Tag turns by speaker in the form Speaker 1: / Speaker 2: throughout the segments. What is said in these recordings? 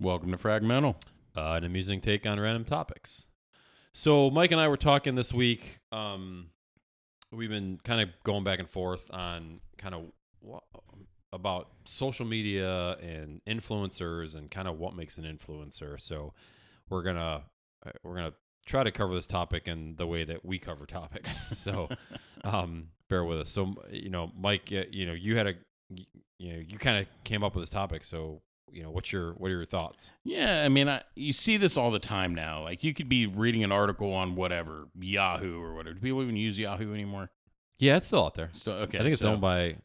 Speaker 1: Welcome to Fragmental.
Speaker 2: uh, an amusing take on random topics. So Mike and I were talking this week. Um, we've been kind of going back and forth on kind of wha- about social media and influencers and kind of what makes an influencer. So we're gonna uh, we're gonna try to cover this topic in the way that we cover topics. so um, bear with us. So you know, Mike, y- you know, you had a y- you know you kind of came up with this topic. So you know, what's your what are your thoughts?
Speaker 1: Yeah, I mean, I, you see this all the time now. Like, you could be reading an article on whatever Yahoo or whatever. Do people even use Yahoo anymore?
Speaker 2: Yeah, it's still out there.
Speaker 1: So okay,
Speaker 2: I think it's
Speaker 1: so-
Speaker 2: owned by.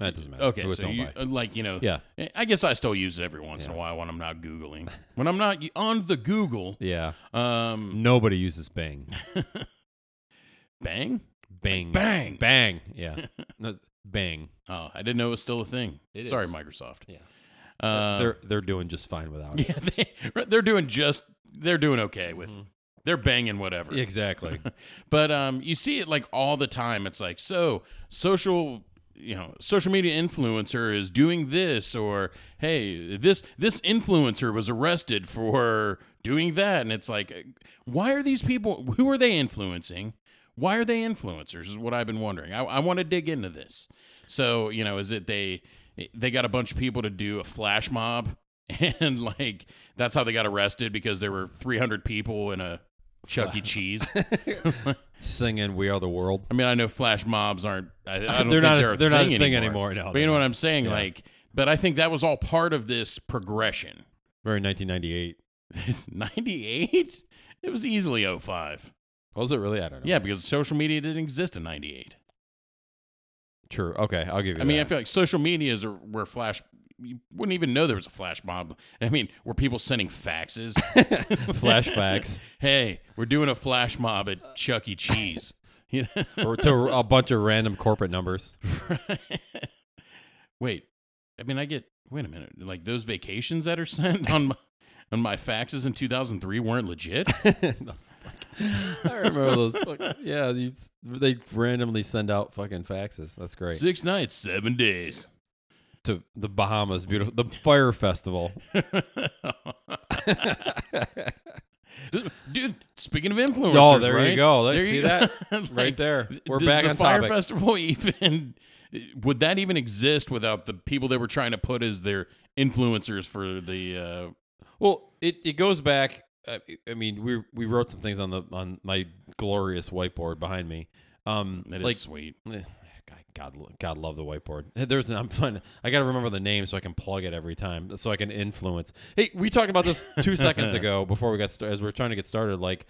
Speaker 2: That doesn't matter.
Speaker 1: Okay,
Speaker 2: who it's
Speaker 1: so
Speaker 2: owned
Speaker 1: you,
Speaker 2: by.
Speaker 1: uh, like you know,
Speaker 2: Yeah,
Speaker 1: I guess I still use it every once in a
Speaker 2: Yeah.
Speaker 1: while when I'm not googling. when I'm not on the Google,
Speaker 2: yeah.
Speaker 1: um,
Speaker 2: Nobody uses Bang.
Speaker 1: bang,
Speaker 2: Bang.
Speaker 1: bang.
Speaker 2: Bang. Yeah. No, bang.
Speaker 1: Oh, I didn't know it was still a thing.
Speaker 2: It
Speaker 1: Sorry,
Speaker 2: is.
Speaker 1: Microsoft.
Speaker 2: Yeah.
Speaker 1: Uh,
Speaker 2: they're they're doing just fine without it.
Speaker 1: yeah, they, right, they're doing just they're doing okay with
Speaker 2: Mm-hmm.
Speaker 1: they're banging whatever.
Speaker 2: Exactly.
Speaker 1: But um, you see it like all the time. It's like so social, you know, social media influencer is doing this, or hey, this this influencer was arrested for doing that, and it's like, why are these people? Who are they influencing? Why are they influencers? Is what I've been wondering. I, I want to dig into this. So you know, is it they they got a bunch of people to do a flash mob? And like that's how they got arrested because there were 300 people in a Chuck E. Cheese.
Speaker 2: Singing "We Are the World."
Speaker 1: I mean, I know flash mobs aren't. I, I don't think
Speaker 2: They're not a-
Speaker 1: they're a
Speaker 2: they're not
Speaker 1: thing
Speaker 2: a thing
Speaker 1: anymore.
Speaker 2: anymore, no,
Speaker 1: but you
Speaker 2: Oh, they're
Speaker 1: know what
Speaker 2: not.
Speaker 1: I'm saying?
Speaker 2: Yeah.
Speaker 1: Like, but I think that was all part of this progression.
Speaker 2: Very 1998.
Speaker 1: 98. It was easily 05.
Speaker 2: Was it really? I don't know.
Speaker 1: Yeah, because social media didn't exist in 98.
Speaker 2: True. Okay, I'll give you.
Speaker 1: I mean, I
Speaker 2: that.
Speaker 1: feel like social media is where flash. You wouldn't even know there was a flash mob. I mean, were people sending faxes?
Speaker 2: flash facts
Speaker 1: hey, we're doing a flash mob at Chuck E. Cheese. You know?
Speaker 2: or to a bunch of random corporate numbers.
Speaker 1: wait, I mean, I get. Wait a minute. Like those vacations that are sent on my, on my faxes in 2003 weren't legit.
Speaker 2: I remember those. fuck- yeah, you, they randomly send out fucking faxes. That's great.
Speaker 1: Six nights, seven days.
Speaker 2: to the Bahamas, beautiful the fire festival.
Speaker 1: Dude, speaking of influencers,
Speaker 2: Oh, there you
Speaker 1: right?
Speaker 2: go. There-
Speaker 1: There
Speaker 2: see
Speaker 1: go.
Speaker 2: that?
Speaker 1: Like,
Speaker 2: right there. We're
Speaker 1: does
Speaker 2: back
Speaker 1: the
Speaker 2: on
Speaker 1: Fire
Speaker 2: topic.
Speaker 1: Festival even would that even exist without the people they were trying to put as their influencers for the uh,
Speaker 2: Well, it, it goes back. I, I mean, we we wrote some things on the on my glorious whiteboard behind me. Um,
Speaker 1: that is
Speaker 2: like
Speaker 1: sweet.
Speaker 2: eh, God, God, lo- God love the whiteboard. Eh, There's an I'm fun. I got to remember the name so I can plug it every time, so I can influence. Hey, we talked about this two seconds ago before we got started. As we are trying to get started, like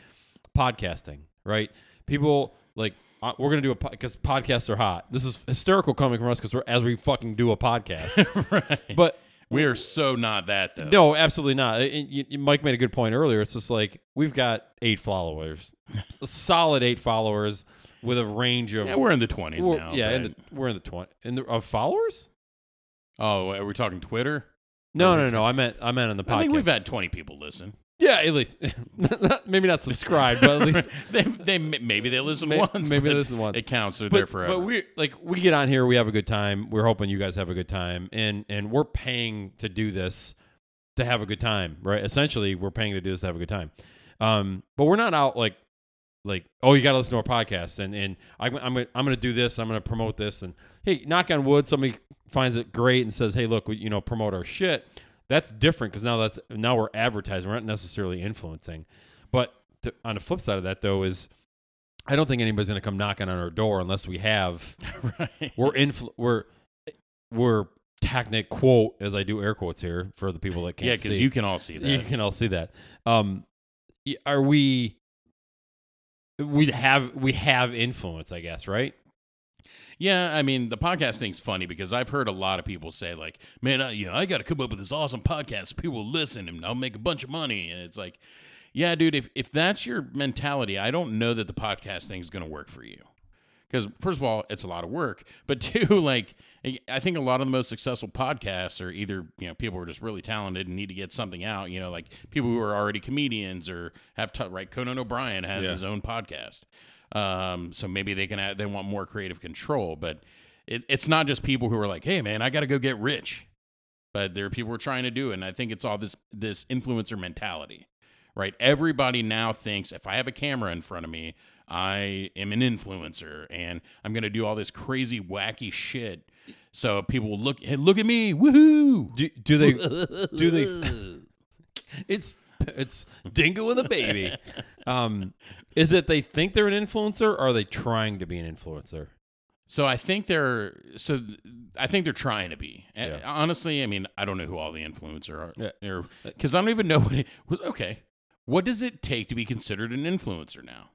Speaker 2: podcasting, right? People like uh, we're gonna do a because podcasts are hot. This is hysterical coming from us because we're as we fucking do a podcast, but.
Speaker 1: We are so not that though.
Speaker 2: No, absolutely not. And you- you- Mike made a good point earlier. It's just like we've got eight followers, a solid eight followers with a range of
Speaker 1: Yeah, we're in the 20s
Speaker 2: we're-
Speaker 1: now.
Speaker 2: yeah, in
Speaker 1: but-
Speaker 2: the, we're in the twenty in the, of followers.
Speaker 1: Oh, are we talking Twitter?
Speaker 2: No, no, no. I meant I meant on the podcast.
Speaker 1: I think we've had 20 people listen.
Speaker 2: yeah, at least Not- maybe not subscribed, but at least
Speaker 1: they, they maybe they listen
Speaker 2: May-
Speaker 1: once.
Speaker 2: maybe
Speaker 1: but
Speaker 2: they listen once.
Speaker 1: It counts. They're
Speaker 2: but,
Speaker 1: there forever.
Speaker 2: But we like we get on here, we have a good time. We're hoping you guys have a good time, and and we're paying to do this to have a good time, right? Essentially, we're paying to do this to have a good time. Um, but we're not out like like oh you got to listen to our podcast and and I, I'm gonna, I'm gonna do this I'm gonna promote this and hey knock on wood somebody finds it great and says hey look we, you know promote our shit that's different because now that's now we're advertising we're not necessarily influencing but to, on the flip side of that though is I don't think anybody's gonna come knocking on our door unless we have
Speaker 1: right.
Speaker 2: we're influ- we're we're technic quote as I do air quotes here for the people that can't
Speaker 1: Yeah,
Speaker 2: see
Speaker 1: because you can all see that.
Speaker 2: you can all see that. Um, y- are we? We have we have influence, I guess, right?
Speaker 1: Yeah, I mean the podcast thing's funny because I've heard a lot of people say like, "Man, I, you know, I got to come up with this awesome podcast so people will listen and I'll make a bunch of money." And it's like, yeah, dude, if if that's your mentality, I don't know that the podcast thing's going to work for you. Because first of all, it's a lot of work, but two, like, I- I think a lot of the most successful podcasts are either you know people who are just really talented and need to get something out, you know, like people who are already comedians or have t- right. Conan O'Brien has
Speaker 2: Yeah.
Speaker 1: his own podcast. Um, so maybe they can add, they want more creative control, but it, it's not just people who are like, "Hey, man, I got to go get rich." but there are people who are trying to do it. And I think it's all this this influencer mentality, right? Everybody now thinks if I have a camera in front of me, I am an influencer and I'm going to do all this crazy wacky shit. So people will look hey, look at me, woohoo!
Speaker 2: Do, do they? do they? it's it's Dingo and the baby. Um, is it they think they're an influencer? or Are they trying to be an influencer?
Speaker 1: So I think they're so th- I think they're trying to be. And
Speaker 2: Yeah.
Speaker 1: Honestly, I mean, I don't know who all the influencers are
Speaker 2: Yeah. Uh,
Speaker 1: because I don't even know what it was. Okay, what does it take to be considered an influencer now?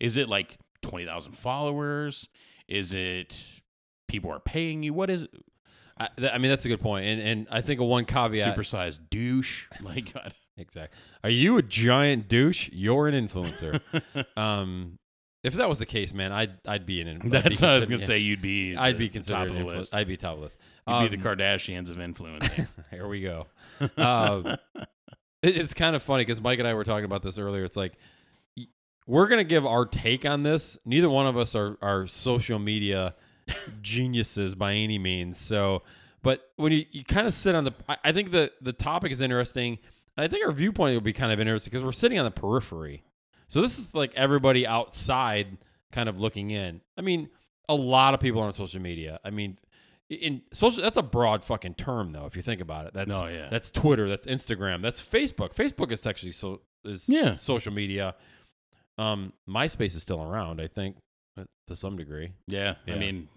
Speaker 1: Is it like twenty thousand followers? Is it people are paying you? What is it?
Speaker 2: I, th- I mean, that's a good point, and and I think a one caveat.
Speaker 1: supersized douche? Like God.
Speaker 2: Exactly. Are you a giant douche? You're an influencer. um, if that was the case, man, I'd I'd be an influencer.
Speaker 1: that's what I was gonna say. You'd be
Speaker 2: I'd
Speaker 1: the
Speaker 2: be considered
Speaker 1: top of
Speaker 2: an
Speaker 1: the
Speaker 2: influ-
Speaker 1: list.
Speaker 2: I'd be top of the list.
Speaker 1: You'd be
Speaker 2: Um,
Speaker 1: the Kardashians of influencing.
Speaker 2: Here we go. Um, it- it's kind of funny because Mike and I were talking about this earlier. It's like y- we're gonna give our take on this. Neither one of us are are social media geniuses by any means. So, but when you, you kind of sit on the, I, I think the the topic is interesting, and I think our viewpoint will be kind of interesting because we're sitting on the periphery. So this is like everybody outside kind of looking in. I mean, a lot of people are on social media. I mean, in social that's a broad fucking term though. If you think about it, that's
Speaker 1: No, Oh, yeah.
Speaker 2: that's Twitter, that's Instagram, that's Facebook. Facebook is actually so is
Speaker 1: Yeah.
Speaker 2: social media. Um, MySpace is still around, I think, uh, to some degree.
Speaker 1: yeah,
Speaker 2: Yeah.
Speaker 1: I mean,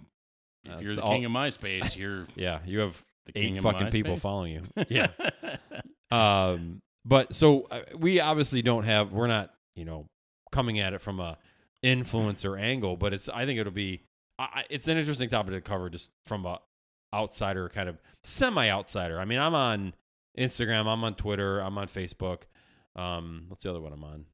Speaker 1: if
Speaker 2: That's
Speaker 1: you're the
Speaker 2: all-
Speaker 1: king of MySpace, you're
Speaker 2: Yeah, you have
Speaker 1: the king
Speaker 2: eight
Speaker 1: of
Speaker 2: fucking people
Speaker 1: MySpace.
Speaker 2: following you. Yeah. um, but so uh, we obviously don't have. We're not, you know, coming at it from a influencer angle. But it's. I think it'll be. I, I- it's an interesting topic to cover, just from a outsider kind of semi outsider. I mean, I'm on Instagram. I'm on Twitter. I'm on Facebook. Um, what's the other one I'm on?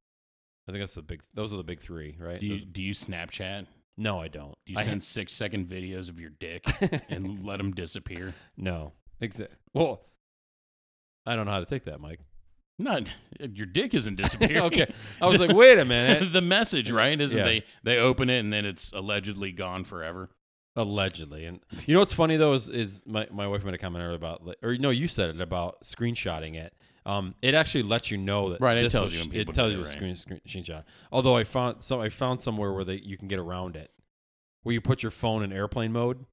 Speaker 2: I think that's the big. Those are the big three, right?
Speaker 1: Do you,
Speaker 2: Those-
Speaker 1: do you Snapchat?
Speaker 2: no, I don't.
Speaker 1: Do you
Speaker 2: I
Speaker 1: send six second videos of your dick and let them disappear?
Speaker 2: no. Exactly. Well, I don't know how to take that, Mike.
Speaker 1: Not your dick isn't disappearing.
Speaker 2: okay. I was like, wait a minute.
Speaker 1: the message, right? Isn't
Speaker 2: Yeah.
Speaker 1: they they open it and then it's allegedly gone forever.
Speaker 2: Allegedly, and you know what's funny though is, is my, my wife made a comment earlier about like- or no, you said it about screenshotting it. Um, it actually lets you know that
Speaker 1: Right, it
Speaker 2: this
Speaker 1: tells
Speaker 2: was-
Speaker 1: you when
Speaker 2: it
Speaker 1: people
Speaker 2: tells
Speaker 1: did
Speaker 2: you
Speaker 1: it,
Speaker 2: a screen, screen screenshot. Although I found so I found somewhere where they, you can get around it, where you put your phone in airplane mode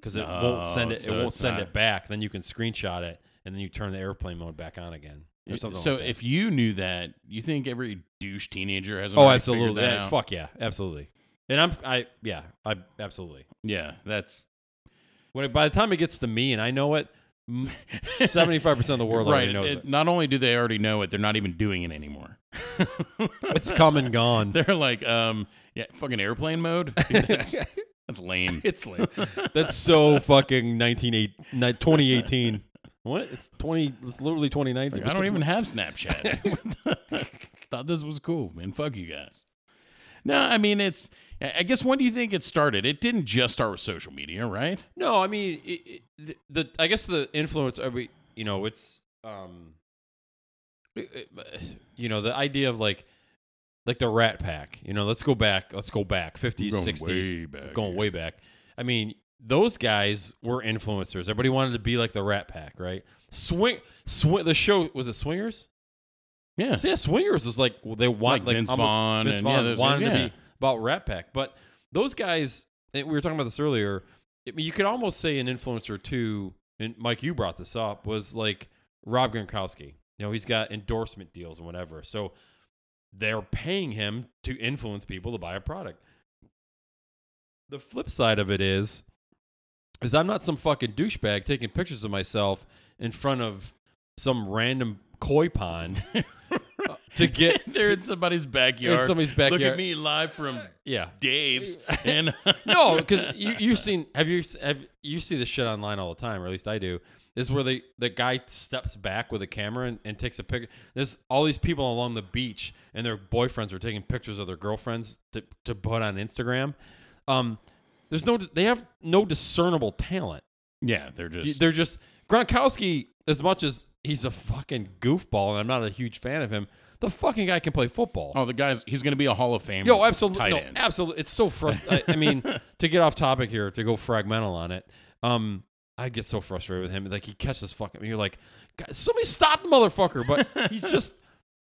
Speaker 2: because it won't send
Speaker 1: Oh,
Speaker 2: it
Speaker 1: so
Speaker 2: it won't
Speaker 1: it's
Speaker 2: send
Speaker 1: not-
Speaker 2: it back. Then you can screenshot it and then you turn the airplane mode back on again or something.
Speaker 1: so
Speaker 2: like that.
Speaker 1: if you knew that, you think every douche teenager has?
Speaker 2: oh
Speaker 1: already figured
Speaker 2: absolutely
Speaker 1: that
Speaker 2: Yeah,
Speaker 1: out?
Speaker 2: fuck yeah absolutely and I'm I yeah I absolutely
Speaker 1: Yeah, that's
Speaker 2: When it, by the time it gets to me and I know it, seventy five percent of the world
Speaker 1: right.
Speaker 2: already knows
Speaker 1: it-
Speaker 2: it,
Speaker 1: Not only do they already know it, they're not even doing it anymore.
Speaker 2: It's come and gone.
Speaker 1: They're like, um, yeah, fucking airplane mode. Dude, that's, that's lame.
Speaker 2: it's like that's so fucking 19, eight, ni- 2018. What? It's twenty. It's literally twenty nineteen.
Speaker 1: Like, I don't even have Snapchat. Thought this was cool, man. Fuck you guys. No, I mean it's. I I guess when do you think it started? It didn't just start with social media, right?
Speaker 2: No, I mean it, it, the. I guess the influence. Are we? You know, it's um. it- it- You know, the idea of like, like the Rat Pack. You know, let's go back. Let's go back. Fifties, sixties.
Speaker 1: back.
Speaker 2: going way back. I mean, those guys were influencers. Everybody wanted to be like the Rat Pack, right? Swing, swing. The show was it Swingers?
Speaker 1: Yeah.
Speaker 2: So yeah, Swingers was like well, they want
Speaker 1: Like
Speaker 2: like
Speaker 1: Vince
Speaker 2: almost-
Speaker 1: Vaughn
Speaker 2: Vince
Speaker 1: and,
Speaker 2: Vaughn
Speaker 1: yeah, those
Speaker 2: wanted
Speaker 1: guys,
Speaker 2: to
Speaker 1: yeah.
Speaker 2: be about Rat Pack, but those guys. and we were talking about this earlier. I mean, you could almost say an influencer too. And Mike, you brought this up was like Rob Gronkowski. You know, he's got endorsement deals and whatever. So they're paying him to influence people to buy a product. The flip side of it is, is I'm not some fucking douchebag taking pictures of myself in front of some random koi pond to get
Speaker 1: They're in somebody's backyard.
Speaker 2: in somebody's
Speaker 1: Look
Speaker 2: backyard.
Speaker 1: at me live from
Speaker 2: Yeah.
Speaker 1: Dave's. And
Speaker 2: No, because you you've seen have you have you see this shit online all the time, or at least I do. Is where the the guy steps back with a camera and, and takes a picture. There's all these people along the beach, and their boyfriends are taking pictures of their girlfriends to to put on Instagram. Um, there's no they have no discernible talent.
Speaker 1: yeah, they're
Speaker 2: You-
Speaker 1: just
Speaker 2: They're just Gronkowski. As much as he's a fucking goofball, and I'm not a huge fan of him, the fucking guy can play football.
Speaker 1: oh the guys. He's gonna be a Hall of Famer.
Speaker 2: Yo, absolutely,
Speaker 1: Tight
Speaker 2: no,
Speaker 1: end.
Speaker 2: absolutely. It's so frustrating. I, I mean, to get off topic here, to go fragmental on it. Um, I get so frustrated with him. Like he catches fucking, and you're like, God, somebody stop the motherfucker! But he's just,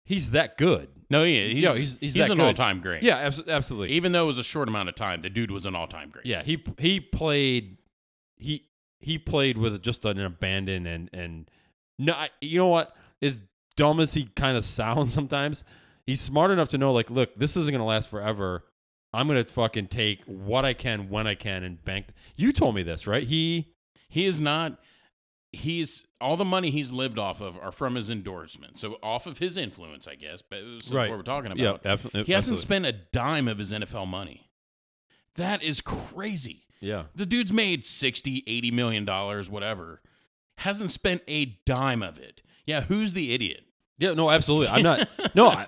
Speaker 2: he's that good.
Speaker 1: No, yeah, he's,
Speaker 2: Yeah, he's- he's that
Speaker 1: an
Speaker 2: good.
Speaker 1: all-time great.
Speaker 2: Yeah, abso- absolutely.
Speaker 1: Even though it was a short amount of time, the dude was an all-time great.
Speaker 2: yeah, he he played, he he played with just an abandon and and no, I, you know what? As dumb as he kind of sounds sometimes, he's smart enough to know like, look, this isn't gonna last forever. I'm gonna fucking take what I can when I can and bank. You told me this, right? He
Speaker 1: He is not. He's all the money he's lived off of are from his endorsements. So off of his influence, I guess. But since
Speaker 2: Right.
Speaker 1: what we're talking about,
Speaker 2: absolutely.
Speaker 1: he hasn't spent a dime of his NFL money. That is crazy.
Speaker 2: Yeah,
Speaker 1: The dude's made 60, 80 million dollars, whatever. Hasn't spent a dime of it. Yeah, who's the idiot?
Speaker 2: yeah. No, absolutely. I'm not. No, I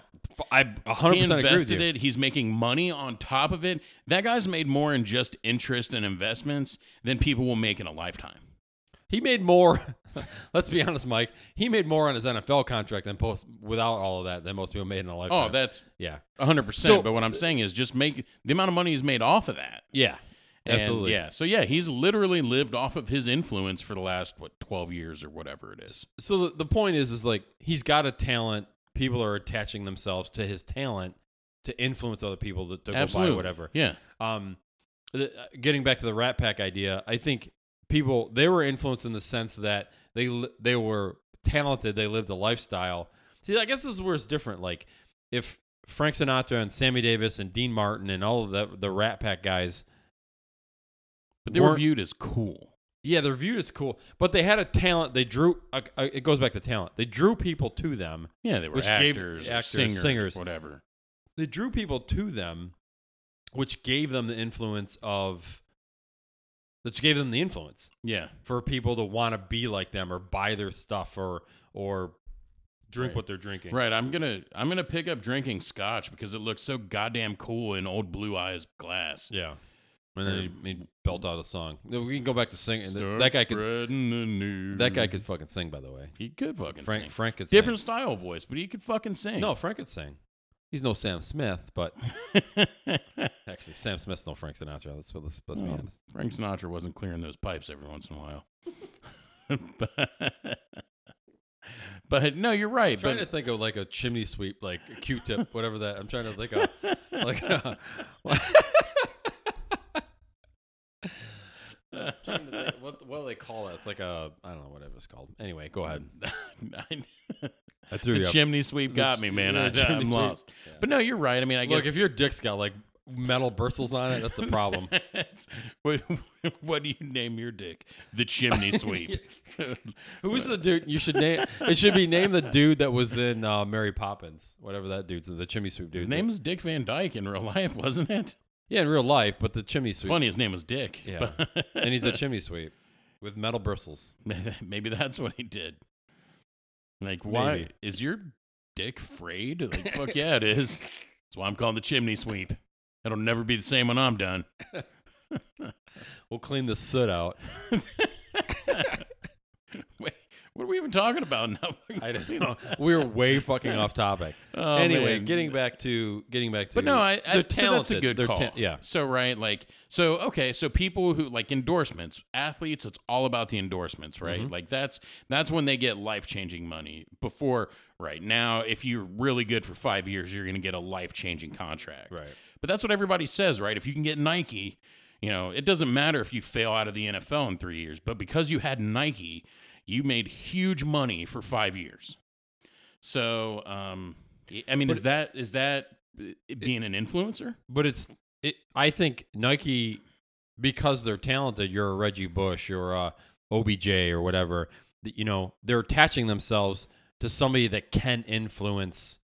Speaker 2: I 100
Speaker 1: He
Speaker 2: percent agree with
Speaker 1: invested
Speaker 2: you.
Speaker 1: it. He's making money on top of it. That guy's made more in just interest and investments than people will make in a lifetime.
Speaker 2: He made more. let's be honest, Mike. He made more on his NFL contract than post without all of that than most people made in a lifetime.
Speaker 1: Oh, that's
Speaker 2: yeah,
Speaker 1: 100%.
Speaker 2: So-
Speaker 1: but what I'm saying is just make the amount of money he's made off of that.
Speaker 2: yeah,
Speaker 1: And,
Speaker 2: absolutely.
Speaker 1: yeah. So, yeah, he's literally lived off of his influence for the last, what, 12 years or whatever it is.
Speaker 2: So the, the point is, is like he's got a talent. People are attaching themselves to his talent to influence other people to, to go buy
Speaker 1: Absolutely.
Speaker 2: whatever.
Speaker 1: Yeah.
Speaker 2: um, the, getting back to the Rat Pack idea, I think people they were influenced in the sense that they li- they were talented, they lived a lifestyle. See, I guess this is where it's different. Like if Frank Sinatra and Sammy Davis and Dean Martin and all of the the Rat Pack guys,
Speaker 1: But they were
Speaker 2: Weren't-
Speaker 1: viewed as cool.
Speaker 2: yeah, they're viewed as cool, but they had a talent. They drew. Uh, uh, it goes back to talent. They drew people to them.
Speaker 1: Yeah, they were
Speaker 2: Which gave-
Speaker 1: actors, or
Speaker 2: actors,
Speaker 1: singers,
Speaker 2: singers.
Speaker 1: whatever.
Speaker 2: they drew people to them, which gave them the influence of, which gave them the influence
Speaker 1: Yeah,
Speaker 2: for people to want to be like them or buy their stuff or or drink
Speaker 1: Right.
Speaker 2: what they're drinking.
Speaker 1: right. I'm gonna I'm gonna pick up drinking scotch because it looks so goddamn cool in old blue eyes glass.
Speaker 2: Yeah. And then he, he belt out a song. No, We can go back to singing. This-
Speaker 1: Start
Speaker 2: that guy could.
Speaker 1: spreading the news.
Speaker 2: That guy could fucking sing. By the way,
Speaker 1: He could fucking
Speaker 2: Frank.
Speaker 1: sing.
Speaker 2: Frank could
Speaker 1: Different style of voice, but he could fucking sing.
Speaker 2: sing. No, Frank could sing. He's no Sam Smith, but actually, Sam Smith's no Frank Sinatra. Let's let's, let's be
Speaker 1: Oh.
Speaker 2: honest.
Speaker 1: Frank Sinatra wasn't clearing those pipes every once in a while. but, but no, you're right.
Speaker 2: I'm trying
Speaker 1: but
Speaker 2: to think of like a chimney sweep, like a Q-tip, whatever that. I'm trying to think of like. uh, A, I'm trying to think, what what do they call that? It's like a I don't know whatever it's called. Anyway, go ahead. I threw
Speaker 1: the
Speaker 2: you up.
Speaker 1: chimney sweep got me, man.
Speaker 2: Yeah,
Speaker 1: I,
Speaker 2: chimney
Speaker 1: I'm
Speaker 2: sweep.
Speaker 1: lost.
Speaker 2: Yeah.
Speaker 1: But no, you're right. I mean, I
Speaker 2: Look,
Speaker 1: guess
Speaker 2: if your dick's got like metal bristles on it, that's a problem.
Speaker 1: It's- what, what do you name your dick? The chimney sweep.
Speaker 2: Who's the dude? You should name. It should be named the dude that was in uh, Mary Poppins, whatever that dude's the chimney sweep dude.
Speaker 1: His name is Dick Van Dyke in real life, wasn't it?
Speaker 2: yeah, in real life, but the chimney sweep,
Speaker 1: Funny, his name was Dick.
Speaker 2: Yeah. and he's a chimney sweep with metal bristles.
Speaker 1: But maybe that's what he did. Like, why
Speaker 2: Maybe.
Speaker 1: is your dick frayed? Like, fuck yeah, it is. That's why I'm called the chimney sweep. It'll never be the same when I'm done.
Speaker 2: We'll clean the soot out.
Speaker 1: Wait, what are we even talking about now?
Speaker 2: I don't know. We were way fucking off topic.
Speaker 1: Oh,
Speaker 2: anyway,
Speaker 1: man.
Speaker 2: getting back to getting back to.
Speaker 1: But no, I,
Speaker 2: they're
Speaker 1: I so that's a
Speaker 2: talented.
Speaker 1: good
Speaker 2: They're
Speaker 1: call.
Speaker 2: ta- yeah,
Speaker 1: So right, like so okay, so people who like endorsements, athletes, it's all about the endorsements, right? Like that's that's when they get life changing money. Before right now, if you're really good for five years, you're gonna get a life changing contract.
Speaker 2: Right.
Speaker 1: But that's what everybody says, right? If you can get Nike, you know, it doesn't matter if you fail out of the NFL in three years, but because you had Nike, you made huge money for five years. So, um, I mean, is that is that it being an influencer?
Speaker 2: but it's. It, I think Nike, because they're talented. You're a Reggie Bush. You're a OBJ or whatever. That you know they're attaching themselves to somebody that can influence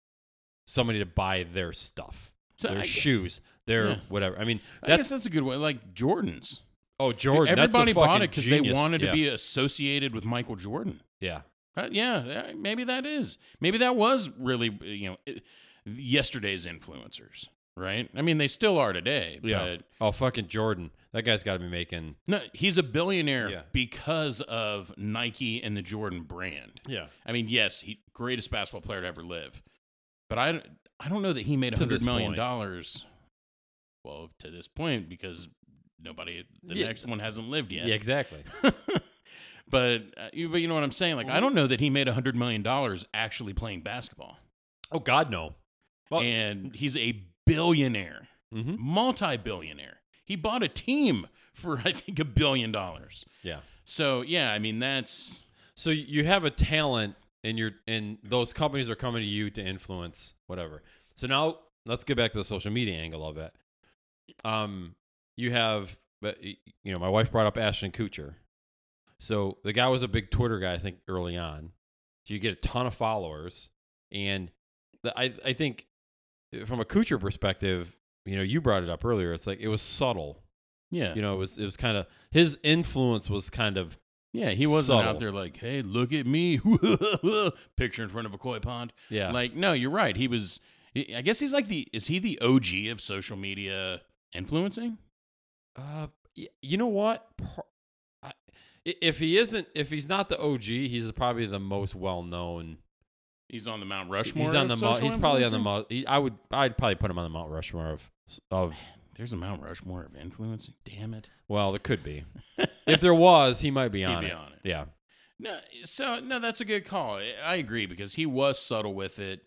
Speaker 2: somebody to buy their stuff,
Speaker 1: So
Speaker 2: their
Speaker 1: I,
Speaker 2: shoes, their
Speaker 1: Yeah.
Speaker 2: whatever. I mean,
Speaker 1: I guess
Speaker 2: that's
Speaker 1: that's a good one. Like Jordan's,
Speaker 2: oh Jordan.
Speaker 1: everybody
Speaker 2: that's a
Speaker 1: bought
Speaker 2: fucking
Speaker 1: it because they
Speaker 2: genius.
Speaker 1: wanted
Speaker 2: Yeah.
Speaker 1: to be associated with Michael Jordan.
Speaker 2: Yeah.
Speaker 1: Uh, yeah, yeah, maybe that is. Maybe that was really you know it- yesterday's influencers, right? I mean, they still are today.
Speaker 2: Yeah.
Speaker 1: But
Speaker 2: Oh fucking Jordan. That guy's got to be making.
Speaker 1: no, he's a billionaire
Speaker 2: Yeah.
Speaker 1: because of Nike and the Jordan brand.
Speaker 2: Yeah.
Speaker 1: I mean, yes, he greatest basketball player to ever live, but I I don't know that he made
Speaker 2: To this
Speaker 1: hundred million
Speaker 2: point.
Speaker 1: dollars. Well, to this point, because nobody the
Speaker 2: Yeah.
Speaker 1: next one hasn't lived yet.
Speaker 2: Yeah. Exactly.
Speaker 1: But uh, you- but you know what I'm saying? Like I don't know that he made a hundred million dollars actually playing basketball,
Speaker 2: Oh God, no. Well-
Speaker 1: and he's a billionaire,
Speaker 2: Mm-hmm.
Speaker 1: multi-billionaire. He bought a team for I think a billion dollars.
Speaker 2: Yeah.
Speaker 1: So yeah, I mean that's
Speaker 2: So you have a talent, and you're and those companies are coming to you to influence whatever. So now let's get back to the social media angle of it. Um, you have, but y- you know, my wife brought up Ashton Kutcher. So the guy was a big Twitter guy, I think, early on. So you get a ton of followers, and the, I I think uh, from a Kutcher perspective, you know, you brought it up earlier. It's like it was subtle.
Speaker 1: yeah
Speaker 2: You know, it was it was kind of his influence was kind of
Speaker 1: yeah he wasn't out
Speaker 2: Subtle.
Speaker 1: there like hey look at me picture in front of a koi pond.
Speaker 2: yeah
Speaker 1: Like no, you're right. He was. I I guess he's like the is he the OG of social media influencing?
Speaker 2: Uh, y- you know what? Pro- I- i- If he isn't, if he's not the OG, he's probably the most well known.
Speaker 1: He's on the Mount Rushmore.
Speaker 2: He's on the.
Speaker 1: of
Speaker 2: Mo-
Speaker 1: social
Speaker 2: he's probably on the.
Speaker 1: influencing?
Speaker 2: Mo- he, I would. I'd probably put him on the Mount Rushmore of of.
Speaker 1: There's a Mount Rushmore of influencing. Damn it.
Speaker 2: Well, there could be. if there was, he might be
Speaker 1: He'd
Speaker 2: on,
Speaker 1: be
Speaker 2: it.
Speaker 1: on it.
Speaker 2: Yeah.
Speaker 1: No, so no, that's a good call. I- I agree because he was subtle with it.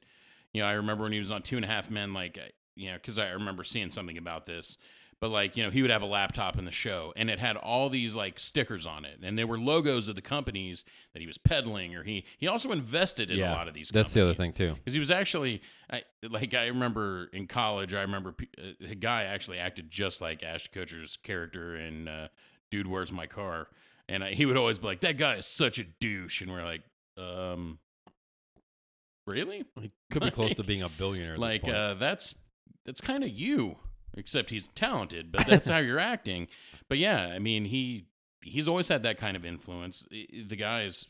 Speaker 1: You know, I remember when he was on Two and a Half Men, like I- you know, because I remember seeing something about this. But like you know, he would have a laptop in the show, and it had all these like stickers on it, and they were logos of the companies that he was peddling, or he he also invested in
Speaker 2: yeah.
Speaker 1: a lot of these.
Speaker 2: That's the other
Speaker 1: companies.
Speaker 2: thing too.
Speaker 1: because he was actually I, like I remember in college. I remember pe- uh, a guy actually acted just like Ash Kutcher's character in uh, "Dude, Where's My Car?" And I, he would always be like, "That guy is such a douche," and we're like, um, "Really?
Speaker 2: He could be close to
Speaker 1: Like-
Speaker 2: being a billionaire. At this
Speaker 1: Like
Speaker 2: point.
Speaker 1: uh, that's that's kind of you, except he's talented, but that's how you're acting." But yeah, I mean he he's always had that kind of influence. I- I- The guy is.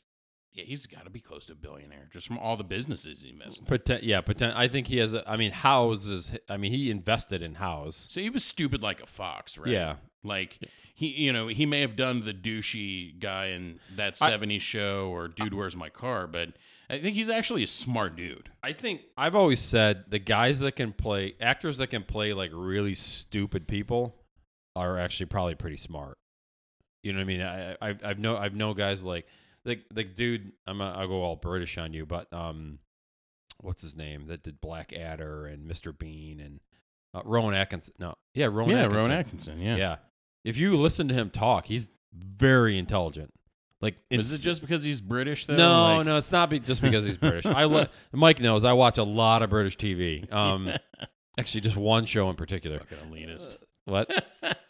Speaker 1: Yeah, he's got to be close to a billionaire just from all the businesses he invests in.
Speaker 2: Poten- yeah, poten- I think he has. A, I mean, House is. I mean, he invested in House.
Speaker 1: So he was stupid like a fox, right?
Speaker 2: Yeah.
Speaker 1: Like he, you know, he may have done the douchey guy in that
Speaker 2: I-
Speaker 1: '70s show or "Dude, Where's My Car," but I think he's actually a smart dude.
Speaker 2: I think I've always said the guys that can play actors that can play like really stupid people are actually probably pretty smart. You know what I mean? I, I I've no I've known guys like the the dude. I'm gonna, I'll go all British on you, but um, what's his name that did Black Adder and Mr. Bean and uh, Rowan Atkinson? No, yeah, Rowan. Atkinson.
Speaker 1: Atkinson.
Speaker 2: Yeah. If you listen to him talk, he's very intelligent. Like,
Speaker 1: Is it
Speaker 2: ins-
Speaker 1: just because he's British though?
Speaker 2: no,
Speaker 1: Like-
Speaker 2: no, it's not be- just because he's British. I lo- Mike knows I watch a lot of British TV. Um, actually, just one show in particular.
Speaker 1: Fucking elitist.
Speaker 2: What?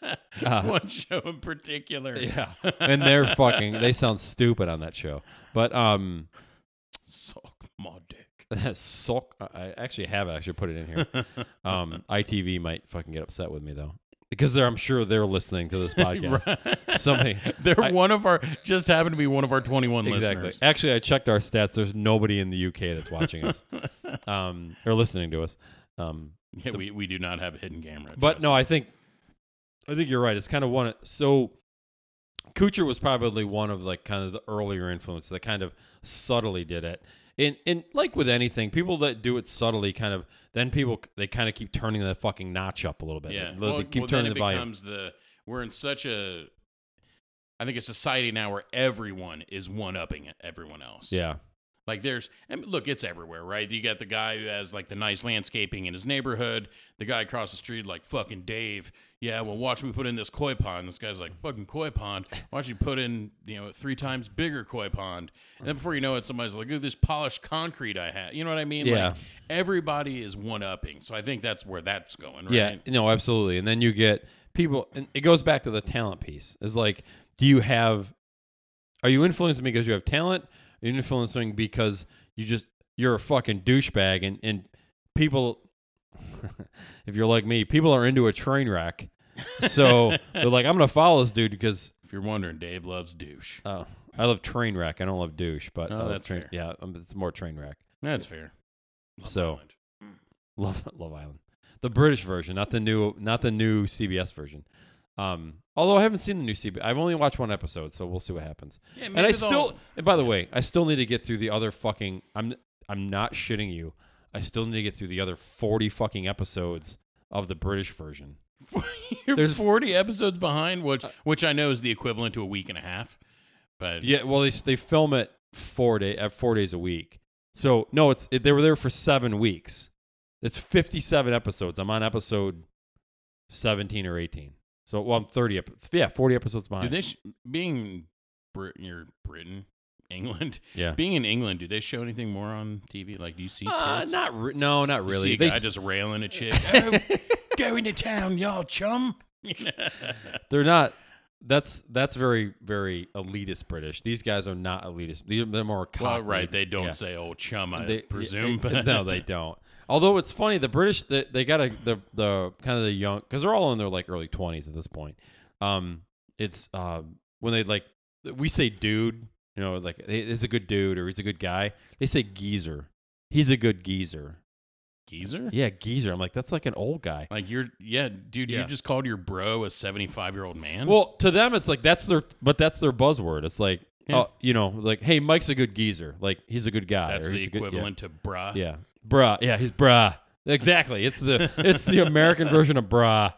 Speaker 1: One show in particular.
Speaker 2: Uh, Yeah, and they're fucking. They sound stupid on that show. But um,
Speaker 1: Suck my dick.
Speaker 2: sock. I I actually have it. I should put it in here. Um, ITV might fucking get upset with me though, because they're. I'm sure they're listening to this podcast.
Speaker 1: Right.
Speaker 2: Somebody.
Speaker 1: They're
Speaker 2: I-
Speaker 1: one of our just happened to be one of our 21
Speaker 2: Exactly.
Speaker 1: listeners.
Speaker 2: Actually, I checked our stats. There's nobody in the UK that's watching us, um, or listening to us. Um,
Speaker 1: Yeah, we, we do not have a hidden camera.
Speaker 2: But
Speaker 1: trust
Speaker 2: no, I think I think you're right. It's kind of one. Of, so Kuchar was probably one of like kind of the earlier influence that kind of subtly did it. And and like with anything, people that do it subtly kind of then people they kind of keep turning the fucking notch up a little bit.
Speaker 1: Yeah,
Speaker 2: They- they
Speaker 1: well,
Speaker 2: keep
Speaker 1: well,
Speaker 2: turning
Speaker 1: then
Speaker 2: the
Speaker 1: it
Speaker 2: volume.
Speaker 1: becomes the we're in such a, I think a society now where everyone is one upping everyone else.
Speaker 2: yeah,
Speaker 1: like there's and look, it's everywhere, right? You got the guy who has like the nice landscaping in his neighborhood, the guy across the street like fucking Dave. Yeah, well, watch me put in this koi pond. This guy's like fucking koi pond. Why don't you put in you know a three times bigger koi pond? And then before you know it, somebody's like, look at this polished concrete I had. You know what I mean?
Speaker 2: Yeah.
Speaker 1: Like, everybody is one upping. So I think that's where that's going. Right?
Speaker 2: yeah, no, absolutely. And then you get people, and it goes back to the talent piece. It's like, do you have? Are you influencing me because you have talent? Are you influencing because you just you're a fucking douchebag, and and people, if you're like me, people are into a train wreck. So they're like, I'm gonna follow this dude because
Speaker 1: If you're wondering, Dave loves douche.
Speaker 2: uh, I love train wreck. I don't love douche, but
Speaker 1: Oh,
Speaker 2: I love
Speaker 1: that's
Speaker 2: train,
Speaker 1: fair.
Speaker 2: yeah, um, it's more train wreck.
Speaker 1: That's fair.
Speaker 2: So- Love Love Island, the British version, not the new, not the new CBS version. Um, although I haven't seen the new CBS, I've only watched one episode, so we'll see what happens.
Speaker 1: Yeah,
Speaker 2: and I still, and by the way, I still need to get through the other fucking. I'm I'm not shitting you. I still need to get through the other forty fucking episodes of the British version.
Speaker 1: you're
Speaker 2: there's-
Speaker 1: Uh, 40 episodes behind, which which I know is the equivalent to a week and a half. But
Speaker 2: Yeah, well, they they film it four day at four days a week. So no, it's it, they were there for seven weeks. It's fifty seven episodes. I'm on episode seventeen or eighteen. So well, I'm thirty. Ep- yeah, forty episodes
Speaker 1: do
Speaker 2: behind.
Speaker 1: they sh- being Brit- you're Britain, England,
Speaker 2: yeah.
Speaker 1: being in England, do they show anything more on TV? Like, do you see?
Speaker 2: Uh,
Speaker 1: tits?
Speaker 2: not re- no, not
Speaker 1: You
Speaker 2: really.
Speaker 1: See a
Speaker 2: They
Speaker 1: guy
Speaker 2: s-
Speaker 1: just railing a chick. oh, go into town, y'all, chum.
Speaker 2: they're not. That's that's very very elitist British. These guys are not elitist. They- They're more
Speaker 1: well,
Speaker 2: cockney.
Speaker 1: right. They don't
Speaker 2: Yeah.
Speaker 1: say "old chum," I
Speaker 2: They-
Speaker 1: presume,
Speaker 2: yeah,
Speaker 1: but
Speaker 2: no, they don't. Although it's funny, the British they, they got a the the kind of the young because they're all in their like early twenties at this point. Um, it's uh when they like we say dude, you know, like "Hey, he's a good dude or he's a good guy. They say geezer. He's a good geezer.
Speaker 1: geezer.
Speaker 2: Yeah, geezer. I'm like that's like an old guy.
Speaker 1: Like you're, yeah, dude.
Speaker 2: Yeah.
Speaker 1: You just called your bro a seventy-five-year-old man.
Speaker 2: Well, to them it's like that's their but that's their buzzword. It's like
Speaker 1: Yeah.
Speaker 2: oh, you know, like hey, Mike's a good geezer. Like he's a good guy.
Speaker 1: that's
Speaker 2: or
Speaker 1: the
Speaker 2: he's a good- yeah.
Speaker 1: equivalent to brah.
Speaker 2: Yeah. Bruh. Yeah, he's bruh. Exactly. It's the it's the American version of bruh.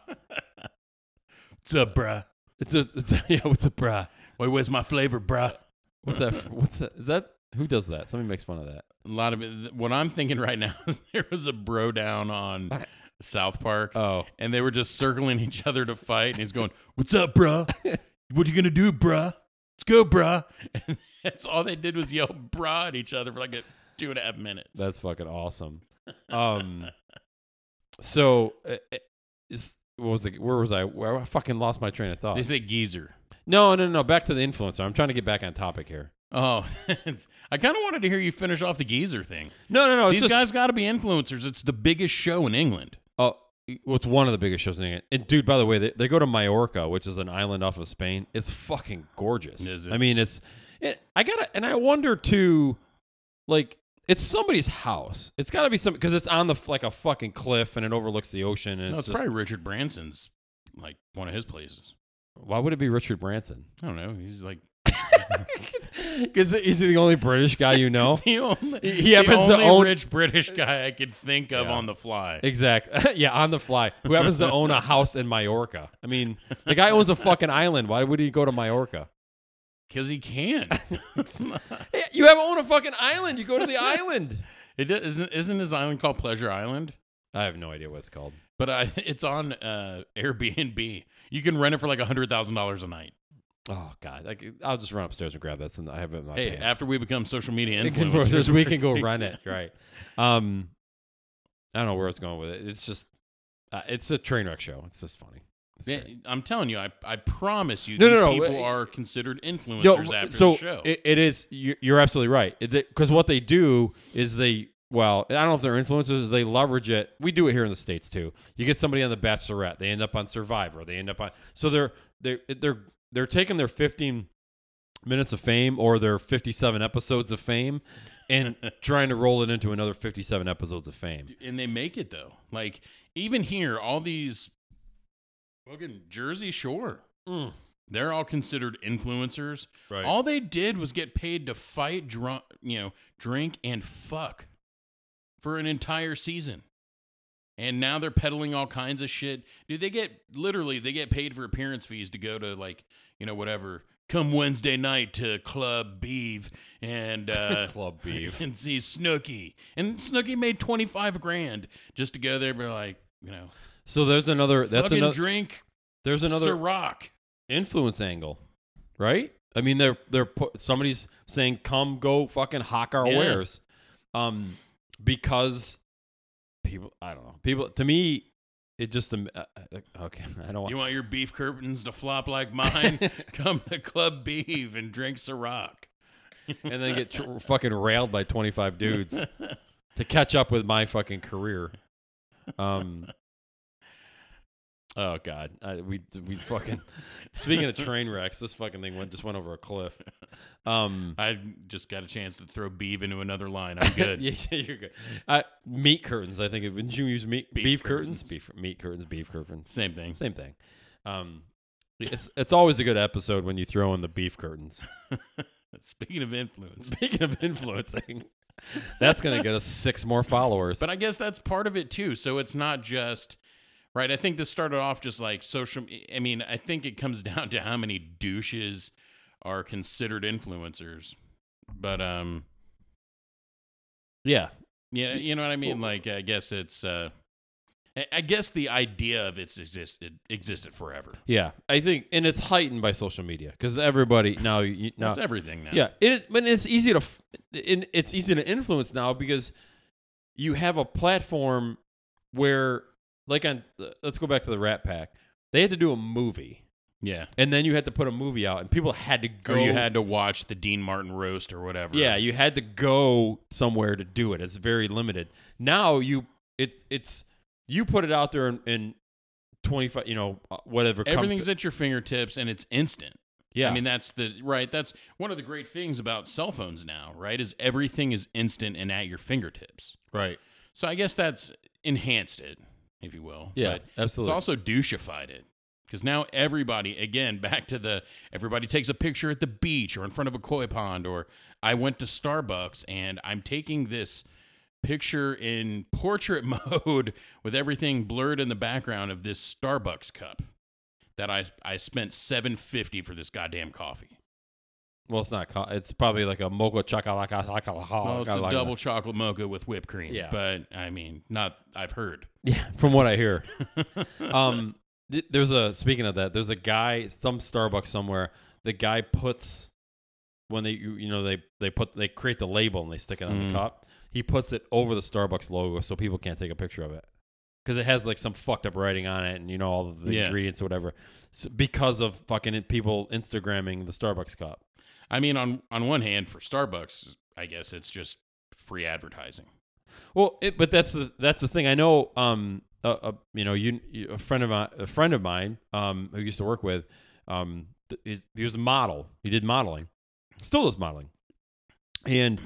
Speaker 1: What's up, bruh?
Speaker 2: It's a it's a, yeah, what's a bruh?
Speaker 1: Wait, where's my flavor, bruh?
Speaker 2: What's that f- what's that is that who does that? Somebody makes fun of that.
Speaker 1: A lot of it, what I'm thinking right now is there was a bro down on South Park,
Speaker 2: Oh.
Speaker 1: and they were just circling each other to fight, and he's going, "What's up, bruh? What you gonna do, bruh? Let's go, bruh." And that's all they did was yell "bruh" at each other for like a two and a half minutes.
Speaker 2: That's fucking awesome. Um so uh, uh, is what was it? Where was I? Where I fucking lost my train of thought.
Speaker 1: they say geezer.
Speaker 2: No, no, no. Back to the influencer. I'm trying to get back on topic here.
Speaker 1: Oh, it's- I kind of wanted to hear you finish off the geezer thing.
Speaker 2: No, no, no. Oh, It's
Speaker 1: These
Speaker 2: just,
Speaker 1: guys got to be influencers. It's the biggest show in England.
Speaker 2: Oh, well, it's one of the biggest shows in England. And dude, by the way, they, they go to Mallorca, which is an island off of Spain. It's fucking gorgeous.
Speaker 1: Is it?
Speaker 2: I mean, it's. It, I gotta, and I wonder too, like it's somebody's house. It's gotta be some because it's on the f- like a fucking cliff and it overlooks the ocean. And
Speaker 1: No,
Speaker 2: it's,
Speaker 1: it's
Speaker 2: just,
Speaker 1: probably Richard Branson's, like one of his places.
Speaker 2: why would it be Richard Branson?
Speaker 1: I don't know. He's like
Speaker 2: Because he's the only British guy you know.
Speaker 1: the only,
Speaker 2: Oh. He- he happens
Speaker 1: the
Speaker 2: to
Speaker 1: only
Speaker 2: own-
Speaker 1: rich British guy I could think of
Speaker 2: Yeah.
Speaker 1: on the fly.
Speaker 2: Exactly. yeah, on the fly. Who happens to own a house in Mallorca? I mean, the guy owns a fucking island. Why would he go to Mallorca?
Speaker 1: Because he can. It's not-
Speaker 2: Hey, you have own a fucking island. You go to the island.
Speaker 1: it do- isn't, isn't his island called Pleasure Island?
Speaker 2: I have no idea what it's called.
Speaker 1: But I, it's on uh, Airbnb. You can rent it for like $100,000 a night.
Speaker 2: Oh God! I, could- I'll just run upstairs and grab that. Since I have it in my
Speaker 1: Hey,
Speaker 2: pants.
Speaker 1: after we become social media
Speaker 2: It can-
Speaker 1: influencers,
Speaker 2: we can go run it. Right. Um, I don't know where I was going with it. It's just, uh, it's a train wreck show. It's just funny. It's
Speaker 1: Yeah,
Speaker 2: great.
Speaker 1: I'm telling you, I, I promise you,
Speaker 2: No, no,
Speaker 1: these
Speaker 2: no,
Speaker 1: people
Speaker 2: uh,
Speaker 1: are considered influencers
Speaker 2: No,
Speaker 1: after
Speaker 2: so
Speaker 1: the show.
Speaker 2: It, it is. you- You're absolutely right. Because what they do is they. Well, I don't know if they're influencers. They leverage it. We do it here in the states too. You get somebody on The Bachelorette. They end up on Survivor. They end up on. So they're they're they're they're taking their 15 minutes of fame or their 57 episodes of fame and trying to roll it into another 57 episodes of fame.
Speaker 1: and they make it though. Like even here, all these fucking Jersey Shore, they're all considered influencers.
Speaker 2: Right.
Speaker 1: All they did was get paid to fight, drunk, you know, drink and fuck for an entire season. And now they're peddling all kinds of shit. Dude, they get literally they get paid for appearance fees to go to like you know whatever. Come Wednesday night to Club Beeve and uh,
Speaker 2: Club Beeve.
Speaker 1: and see Snooky. And Snooky made twenty five grand just to go there. But like you know,
Speaker 2: So there's another. That's
Speaker 1: fucking
Speaker 2: another.
Speaker 1: drink
Speaker 2: There's another.
Speaker 1: Ciroc.
Speaker 2: influence angle, right? I mean, they're they're pu- somebody's saying, "Come, go, fucking hawk our
Speaker 1: Yeah.
Speaker 2: wares," um, because people. I don't know. People to me, it just um, uh, uh, okay. I don't want.
Speaker 1: You want your beef curtains to flop like mine? Come to Club Beeve and drink Ciroc.
Speaker 2: and then get tr- fucking railed by twenty five dudes to catch up with my fucking career. Um. Oh God, I, we we fucking speaking of train wrecks, this fucking thing went just went over a cliff. Um.
Speaker 1: I just got a chance to throw Beeve into another line. I'm good.
Speaker 2: yeah, yeah, you're good. Uh, meat curtains, I think. it- Didn't you use meat beef,
Speaker 1: Beef
Speaker 2: curtains?
Speaker 1: curtains.
Speaker 2: Beef meat curtains, beef curtains,
Speaker 1: Same thing.
Speaker 2: same thing. Um, it's it's always a good episode when you throw in the beef curtains.
Speaker 1: Speaking of influence.
Speaker 2: Speaking of influencing, that's gonna get us six more followers.
Speaker 1: But I guess that's part of it too. So it's not just right. I think this started off just like social. I mean, I think it comes down to how many douches are considered influencers. But um,
Speaker 2: Yeah.
Speaker 1: yeah, you know what I mean. Like, I guess it's uh, I- I guess the idea of it's existed existed forever.
Speaker 2: Yeah. I think, and it's heightened by social media because everybody now, you, now
Speaker 1: That's everything now.
Speaker 2: Yeah, it, but it's easy to f- in, it's easy to influence now because you have a platform where, like on, let's go back to the Rat Pack. They had to do a movie,
Speaker 1: yeah.
Speaker 2: and then you had to put a movie out, and people had to go.
Speaker 1: Or Oh, you had to watch the Dean Martin roast or whatever.
Speaker 2: yeah, you had to go somewhere to do it. It's very limited. Now you it's it's you put it out there in, in twenty five, you know, uh, whatever. comes-
Speaker 1: everything's at your fingertips and it's instant.
Speaker 2: yeah,
Speaker 1: I mean, that's the right. That's one of the great things about cell phones now, right? Is everything is instant and at your fingertips.
Speaker 2: right.
Speaker 1: So I guess that's enhanced it, if you will.
Speaker 2: Yeah,
Speaker 1: But it's
Speaker 2: absolutely.
Speaker 1: also doucheified it. Because now everybody, again, back to the everybody takes a picture at the beach or in front of a koi pond, or I went to Starbucks and I'm taking this picture in portrait mode with everything blurred in the background of this Starbucks cup that I I spent seven fifty for this goddamn coffee.
Speaker 2: well, it's not. Co- it's probably like a mocha chakalaka. Oh,
Speaker 1: well, it's a
Speaker 2: chakalaka-
Speaker 1: double chocolate mocha with whipped cream.
Speaker 2: Yeah.
Speaker 1: but I mean, not I've heard.
Speaker 2: Yeah, from what I hear. um, th- there's a speaking of that. There's a guy, some Starbucks somewhere. The guy puts when they you, you know they they put they create the label and they stick it on
Speaker 1: Mm.
Speaker 2: the cup. He puts it over the Starbucks logo so people can't take a picture of it because it has like some fucked up writing on it and you know all of the
Speaker 1: Yeah.
Speaker 2: ingredients or whatever. So because of fucking people Instagramming the Starbucks cup.
Speaker 1: I mean, on on one hand, for Starbucks, I guess it's just free advertising.
Speaker 2: Well, it, but that's the that's the thing. I know, um, a, a you know, you, you a friend of mine, a friend of mine, um, who I used to work with, um, th- he's, he was a model. He did modeling, still does modeling, and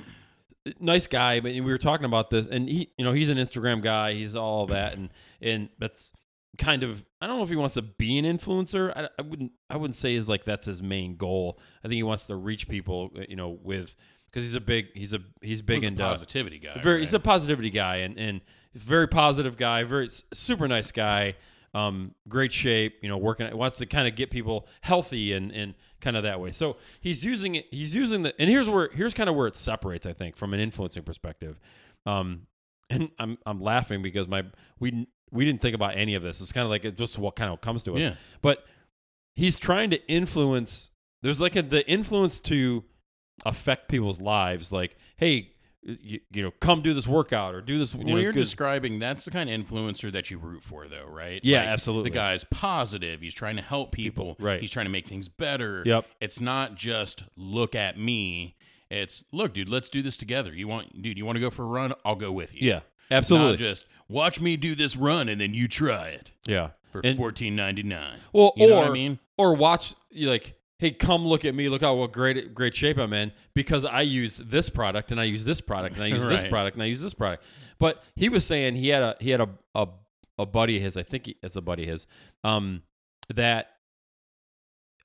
Speaker 2: uh, nice guy. But we were talking about this, and he, you know, he's an Instagram guy. He's all that, and and that's kind of I don't know if he wants to be an influencer. I, I wouldn't I wouldn't say is like that's his main goal. I think he wants to reach people, uh, you know, with because he's a big he's a he's big
Speaker 1: He's a
Speaker 2: into
Speaker 1: positivity guy.
Speaker 2: very
Speaker 1: right?
Speaker 2: he's a positivity guy and and very positive guy very s- super nice guy um great shape you know working wants to kind of get people healthy and and kind of that way so he's using it he's using the and here's where here's kind of where it separates i think from an influencing perspective um and i'm i'm laughing because my we we didn't think about any of this it's kind of like it just what kind of comes to us
Speaker 1: Yeah.
Speaker 2: but he's trying to influence there's like a, the influence to affect people's lives like hey you, you know come do this workout or do this you
Speaker 1: Well,
Speaker 2: know,
Speaker 1: you're
Speaker 2: 'cause-
Speaker 1: describing that's the kind of influencer that you root for, though, right?
Speaker 2: Yeah, absolutely.
Speaker 1: The guy's positive. He's trying to help people.
Speaker 2: right.
Speaker 1: He's trying to make things better.
Speaker 2: Yep.
Speaker 1: It's not just look at me. It's look, dude. Let's do this together. You want, dude? You want to go for a run? I'll go with you.
Speaker 2: yeah
Speaker 1: Not
Speaker 2: absolutely
Speaker 1: just watch me do this run and then you try it
Speaker 2: yeah
Speaker 1: for
Speaker 2: And-
Speaker 1: fourteen ninety nine.
Speaker 2: well
Speaker 1: you
Speaker 2: or
Speaker 1: know what I mean?
Speaker 2: or watch you like hey come look at me look how what great great shape i'm in because i use this product and i use this product and i use this
Speaker 1: Right.
Speaker 2: product and i use this product but he was saying he had a he had a a, a buddy of his i think he, it's a buddy of his um that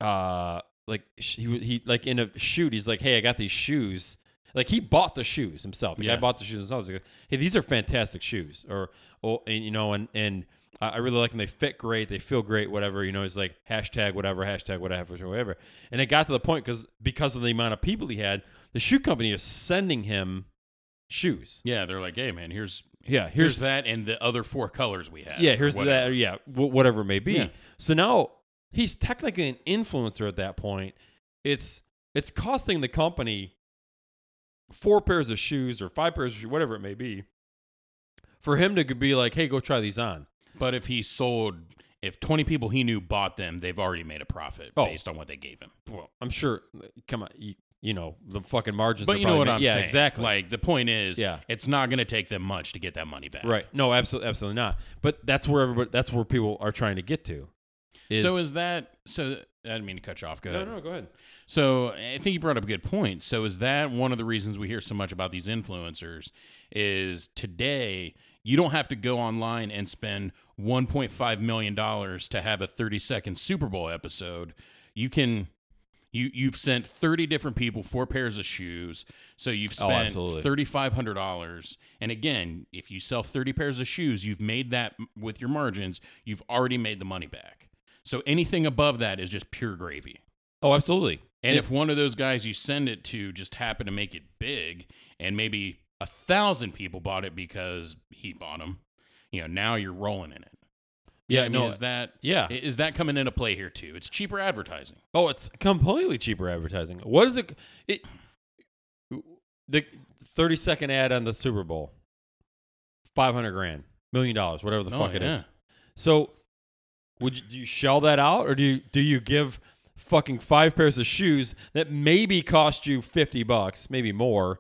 Speaker 2: uh like sh- he wa- he like in a shoot he's like hey i got these shoes like he bought the shoes himself the
Speaker 1: Yeah.
Speaker 2: guy bought the shoes himself he's like hey these are fantastic shoes or oh and you know and and i I really like them they fit great they feel great whatever you know he's like hashtag whatever hashtag whatever whatever and it got to the point because because of the amount of people he had the shoe company is sending him shoes
Speaker 1: Yeah, they're like, hey, man, here's
Speaker 2: yeah here's,
Speaker 1: here's that and the other four colors we have.
Speaker 2: yeah,
Speaker 1: or
Speaker 2: here's
Speaker 1: whatever.
Speaker 2: that. Yeah, w- whatever it may be.
Speaker 1: Yeah.
Speaker 2: So now he's technically an influencer at that point. It's it's costing the company four pairs of shoes or five pairs of shoes, whatever it may be, for him to be like, "Hey, go try these on."
Speaker 1: But if he sold, if 20 people he knew bought them, they've already made a profit
Speaker 2: Oh.
Speaker 1: based on what they gave him.
Speaker 2: Well, I'm sure. Come on, you, you know the fucking margins.
Speaker 1: But
Speaker 2: are
Speaker 1: you know
Speaker 2: probably
Speaker 1: what
Speaker 2: ma-
Speaker 1: I'm
Speaker 2: yeah,
Speaker 1: saying?
Speaker 2: exactly.
Speaker 1: Like the point is,
Speaker 2: Yeah.
Speaker 1: it's not going to take them much to get that money back.
Speaker 2: right? No, absolutely, absolutely not. But that's where everybody. That's where people are trying to get to.
Speaker 1: so is that so? I didn't mean to cut you off. Go
Speaker 2: no,
Speaker 1: ahead.
Speaker 2: no, go ahead.
Speaker 1: So I think you brought up a good point. So is that one of the reasons we hear so much about these influencers? Is today you don't have to go online and spend 1.5 million dollars to have a 30 second Super Bowl episode. You can. You, you've sent 30 different people four pairs of shoes so you've
Speaker 2: Oh,
Speaker 1: spent
Speaker 2: absolutely.
Speaker 1: $3500 and again if you sell 30 pairs of shoes you've made that m- with your margins you've already made the money back so anything above that is just pure gravy
Speaker 2: Oh, absolutely.
Speaker 1: And if one of those guys you send it to just happened to make it big, and maybe a thousand people bought it because he bought them, you know, now you're rolling in it. You
Speaker 2: Yeah,
Speaker 1: know what I mean?
Speaker 2: no,
Speaker 1: is that
Speaker 2: yeah.
Speaker 1: is that coming into play here too? It's cheaper advertising.
Speaker 2: Oh, it's completely cheaper advertising. What is it? It the thirty second ad on the Super Bowl, five hundred grand, million dollars, whatever the
Speaker 1: Oh,
Speaker 2: fuck it
Speaker 1: yeah.
Speaker 2: is. So, would you, do you shell that out, or do you do you give fucking five pairs of shoes that maybe cost you fifty bucks, maybe more,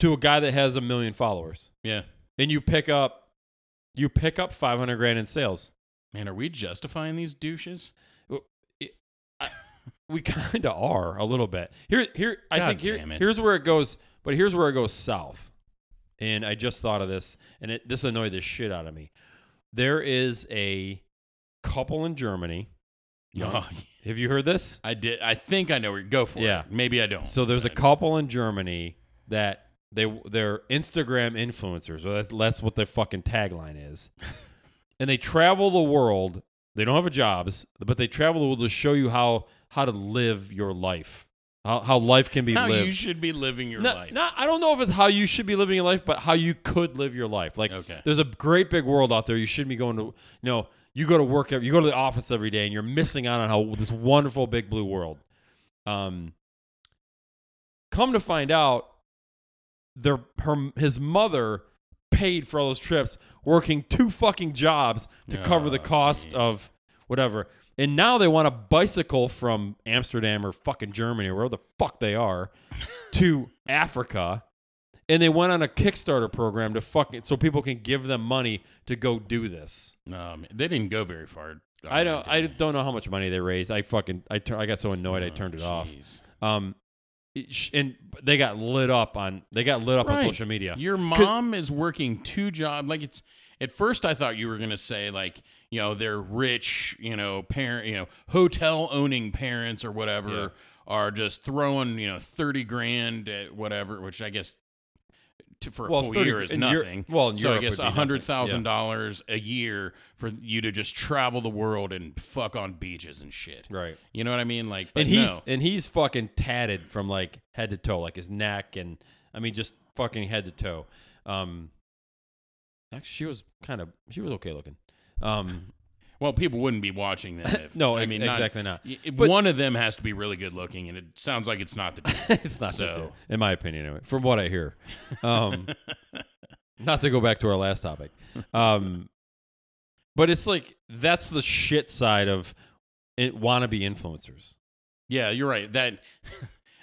Speaker 2: to a guy that has a million followers,
Speaker 1: Yeah,
Speaker 2: and you pick up you pick up five hundred grand in sales?
Speaker 1: man, are we justifying these douches?
Speaker 2: we kind of are a little bit here here i
Speaker 1: God
Speaker 2: think here,
Speaker 1: damn it.
Speaker 2: here's where it goes but here's where it goes south and i just thought of this and it, this annoyed the shit out of me there is a couple in germany
Speaker 1: Oh,
Speaker 2: have you heard this
Speaker 1: I did. I think I know where. Go for
Speaker 2: Yeah.
Speaker 1: it. Maybe I don't.
Speaker 2: so there's a couple in germany that they they're instagram influencers or that's, that's what their fucking tagline is and they travel the world they don't have jobs but they travel the world to show you how how to live your life how, how life can be
Speaker 1: how
Speaker 2: lived
Speaker 1: you should be living your life.
Speaker 2: Not, I don't know if it's how you should be living your life, but how you could live your life. Like,
Speaker 1: Okay.
Speaker 2: there's a great big world out there. You shouldn't be going to, you know, you go to work, you go to the office every day, and you're missing out on how this wonderful big blue world. Um, come to find out, their her his mother paid for all those trips, working two fucking jobs to cover the
Speaker 1: Oh,
Speaker 2: cost
Speaker 1: jeez.
Speaker 2: of whatever. And now they want a bicycle from Amsterdam or fucking Germany or wherever the fuck they are to Africa. And they went on a Kickstarter program to fucking so people can give them money to go do this.
Speaker 1: Um, they didn't go very far.
Speaker 2: I don't I don't know how much money they raised. I fucking I tur- I got so annoyed I turned it
Speaker 1: Oh,
Speaker 2: off. Um it sh- and they got lit up on they got lit up on
Speaker 1: Right.
Speaker 2: social media.
Speaker 1: Your mom is working two jobs. Like it's at first I thought you were gonna say like you know they're rich you know parent you know hotel owning parents or whatever
Speaker 2: Yeah.
Speaker 1: are just throwing you know thirty grand at whatever which I guess. To, for a
Speaker 2: Well,
Speaker 1: full
Speaker 2: 30
Speaker 1: year is
Speaker 2: in Eur-
Speaker 1: nothing.
Speaker 2: well, in
Speaker 1: so
Speaker 2: Europe
Speaker 1: I guess
Speaker 2: would be nothing.
Speaker 1: hundred thousand dollars a year for you to just travel the world and fuck on beaches and shit.
Speaker 2: Right.
Speaker 1: You know what I mean? Like, but
Speaker 2: and he's
Speaker 1: no.
Speaker 2: and he's fucking tatted from like head to toe, like his neck and I mean just fucking head to toe. Um, actually, she was kind of she was okay looking. Um,
Speaker 1: Well, people wouldn't be watching them. If,
Speaker 2: no,
Speaker 1: I
Speaker 2: ex-
Speaker 1: mean not-
Speaker 2: exactly not.
Speaker 1: y- it-
Speaker 2: But-
Speaker 1: one of them has to be really good looking, and it sounds like it's not the. dude.
Speaker 2: it's not so,
Speaker 1: So-
Speaker 2: in my opinion, anyway, from what I hear. Um, not to go back to our last topic, um, but it's like that's the shit side of it, wannabe influencers.
Speaker 1: yeah, you're right. That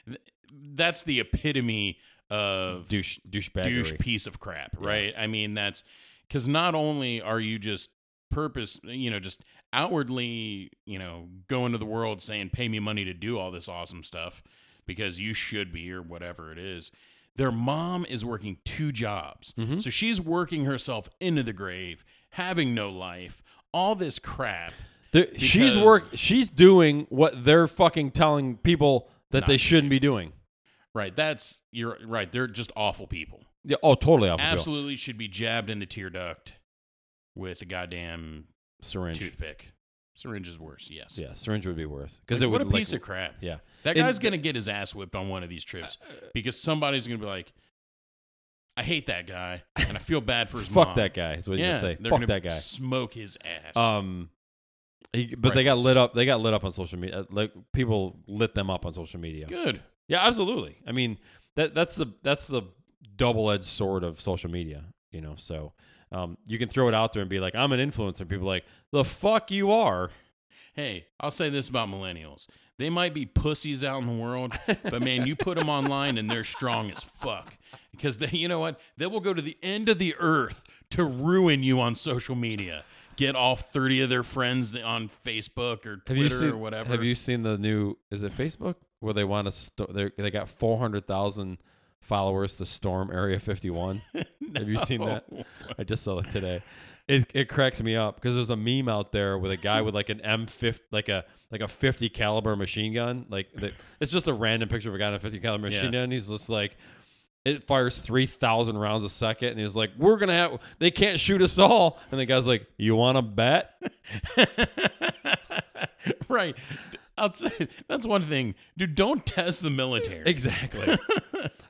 Speaker 1: that's the epitome of
Speaker 2: Douche, douchebaggery.
Speaker 1: douche piece of crap, right? I mean, that's because not only are you just purpose, you know, just outwardly, you know, going to the world saying, pay me money to do all this awesome stuff because you should be or whatever it is. Their mom is working two jobs. So she's working herself into the grave, having no life, all this crap.
Speaker 2: The- she's
Speaker 1: Because-
Speaker 2: work. She's doing what they're fucking telling people that
Speaker 1: Not
Speaker 2: they
Speaker 1: to
Speaker 2: shouldn't be doing.
Speaker 1: Right. That's, you're right. They're just awful people.
Speaker 2: Yeah. Oh, totally off.
Speaker 1: Absolutely should be jabbed in the tear duct with a goddamn
Speaker 2: syringe.
Speaker 1: toothpick. Syringe is worse, yes.
Speaker 2: Yeah, syringe would be worth because
Speaker 1: Like,
Speaker 2: it would
Speaker 1: what a
Speaker 2: like,
Speaker 1: piece of crap.
Speaker 2: yeah.
Speaker 1: That
Speaker 2: And Uh,
Speaker 1: guy's gonna get his ass whipped on one of these trips because somebody's gonna be like, "I hate that guy and I feel bad for his
Speaker 2: Fuck
Speaker 1: mom."
Speaker 2: that guy is what
Speaker 1: yeah,
Speaker 2: you say.
Speaker 1: they're
Speaker 2: Fuck
Speaker 1: gonna
Speaker 2: that guy.
Speaker 1: Smoke his ass.
Speaker 2: Um, he- but they got lit up. They got lit up on social media. uh, Like people lit them up on social media.
Speaker 1: Good.
Speaker 2: Yeah, absolutely. I mean that that's the that's the double edged sword of social media. You know, so um, you can throw it out there and be like, I'm an influencer. And people are like the fuck you are.
Speaker 1: Hey, I'll say this about millennials: they might be pussies out in the world, but man, you put them online and they're strong as fuck because they, you know what? They will go to the end of the earth to ruin you on social media. Get all thirty of their friends on Facebook or Twitter or whatever.
Speaker 2: Have you seen the new? Is it Facebook where they want to? Sto- they they got four hundred thousand followers to storm Area Fifty One. Have you seen that? I just saw it today. It it cracks me up because there's a meme out there with a guy with like an M fifty, like a like a fifty caliber machine gun. Like the, it's just a random picture of a guy on a fifty caliber machine
Speaker 1: Yeah.
Speaker 2: gun. He's just like. It fires three thousand rounds a second, and he's like, "We're gonna have. They can't shoot us all." And the guy's like, "You want to bet?"
Speaker 1: right. outside. That's one thing, dude. Don't test the military.
Speaker 2: Exactly.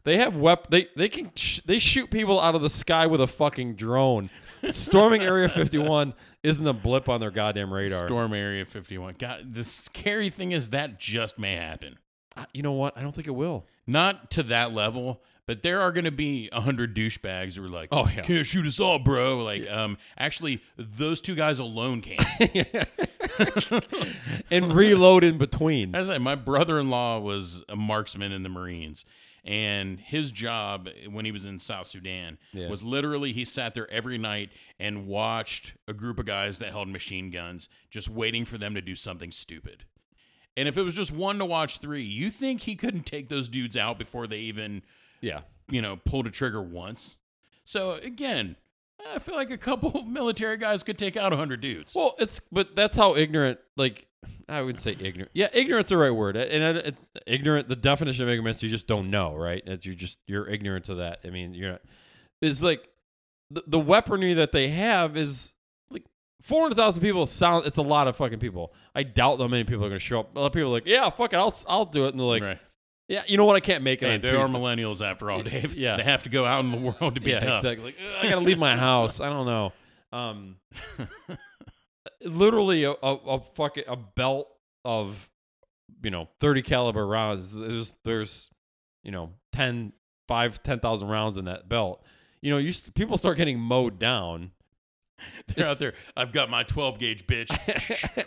Speaker 2: they have wep. They they can sh- they shoot people out of the sky with a fucking drone. Storming Area 51 isn't a blip on their goddamn radar.
Speaker 1: Storm Area 51. God, the scary thing is that just may happen.
Speaker 2: I- you know what? I don't think it will.
Speaker 1: Not to that level, but there are going to be a hundred douchebags who are like,
Speaker 2: Oh, yeah.
Speaker 1: can't shoot us all, bro." Like, um, actually, those two guys alone can.
Speaker 2: And reload in between.
Speaker 1: As I said, my brother-in-law was a marksman in the Marines, and his job when he was in South Sudan
Speaker 2: Yeah.
Speaker 1: was literally he sat there every night and watched a group of guys that held machine guns, just waiting for them to do something stupid. And if it was just one to watch three, you think he couldn't take those dudes out before they even,
Speaker 2: Yeah.
Speaker 1: you know, pulled a trigger once? So again, I feel like a couple of military guys could take out a hundred dudes.
Speaker 2: Well, it's but that's how ignorant. Like I would say ignorant. Yeah, ignorant's the right word. And it, it- ignorant, the definition of ignorance, you just don't know, right? It's you just you're ignorant to that. I mean, you're not. It's like the, the weaponry that they have is like four hundred thousand people. Sound it's a lot of fucking people. I doubt that many people are gonna show up. A lot of people are like, yeah, fuck it, I'll I'll do it. And they're like,
Speaker 1: Right.
Speaker 2: yeah, you know what? I can't make it.
Speaker 1: Hey,
Speaker 2: on
Speaker 1: they are
Speaker 2: Tuesday."
Speaker 1: millennials after all, Dave.
Speaker 2: Yeah.
Speaker 1: They have to go out in the world to be
Speaker 2: yeah,
Speaker 1: tough.
Speaker 2: exactly. Like, "Ugh, I gotta leave my house. I don't know. Um, literally a, a, a fucking a belt of you know 30 caliber rounds there's there's you know 10 5 10,000 rounds in that belt you know you s- people start getting mowed down
Speaker 1: They're
Speaker 2: It's-
Speaker 1: out there. I've got my 12 gauge, bitch.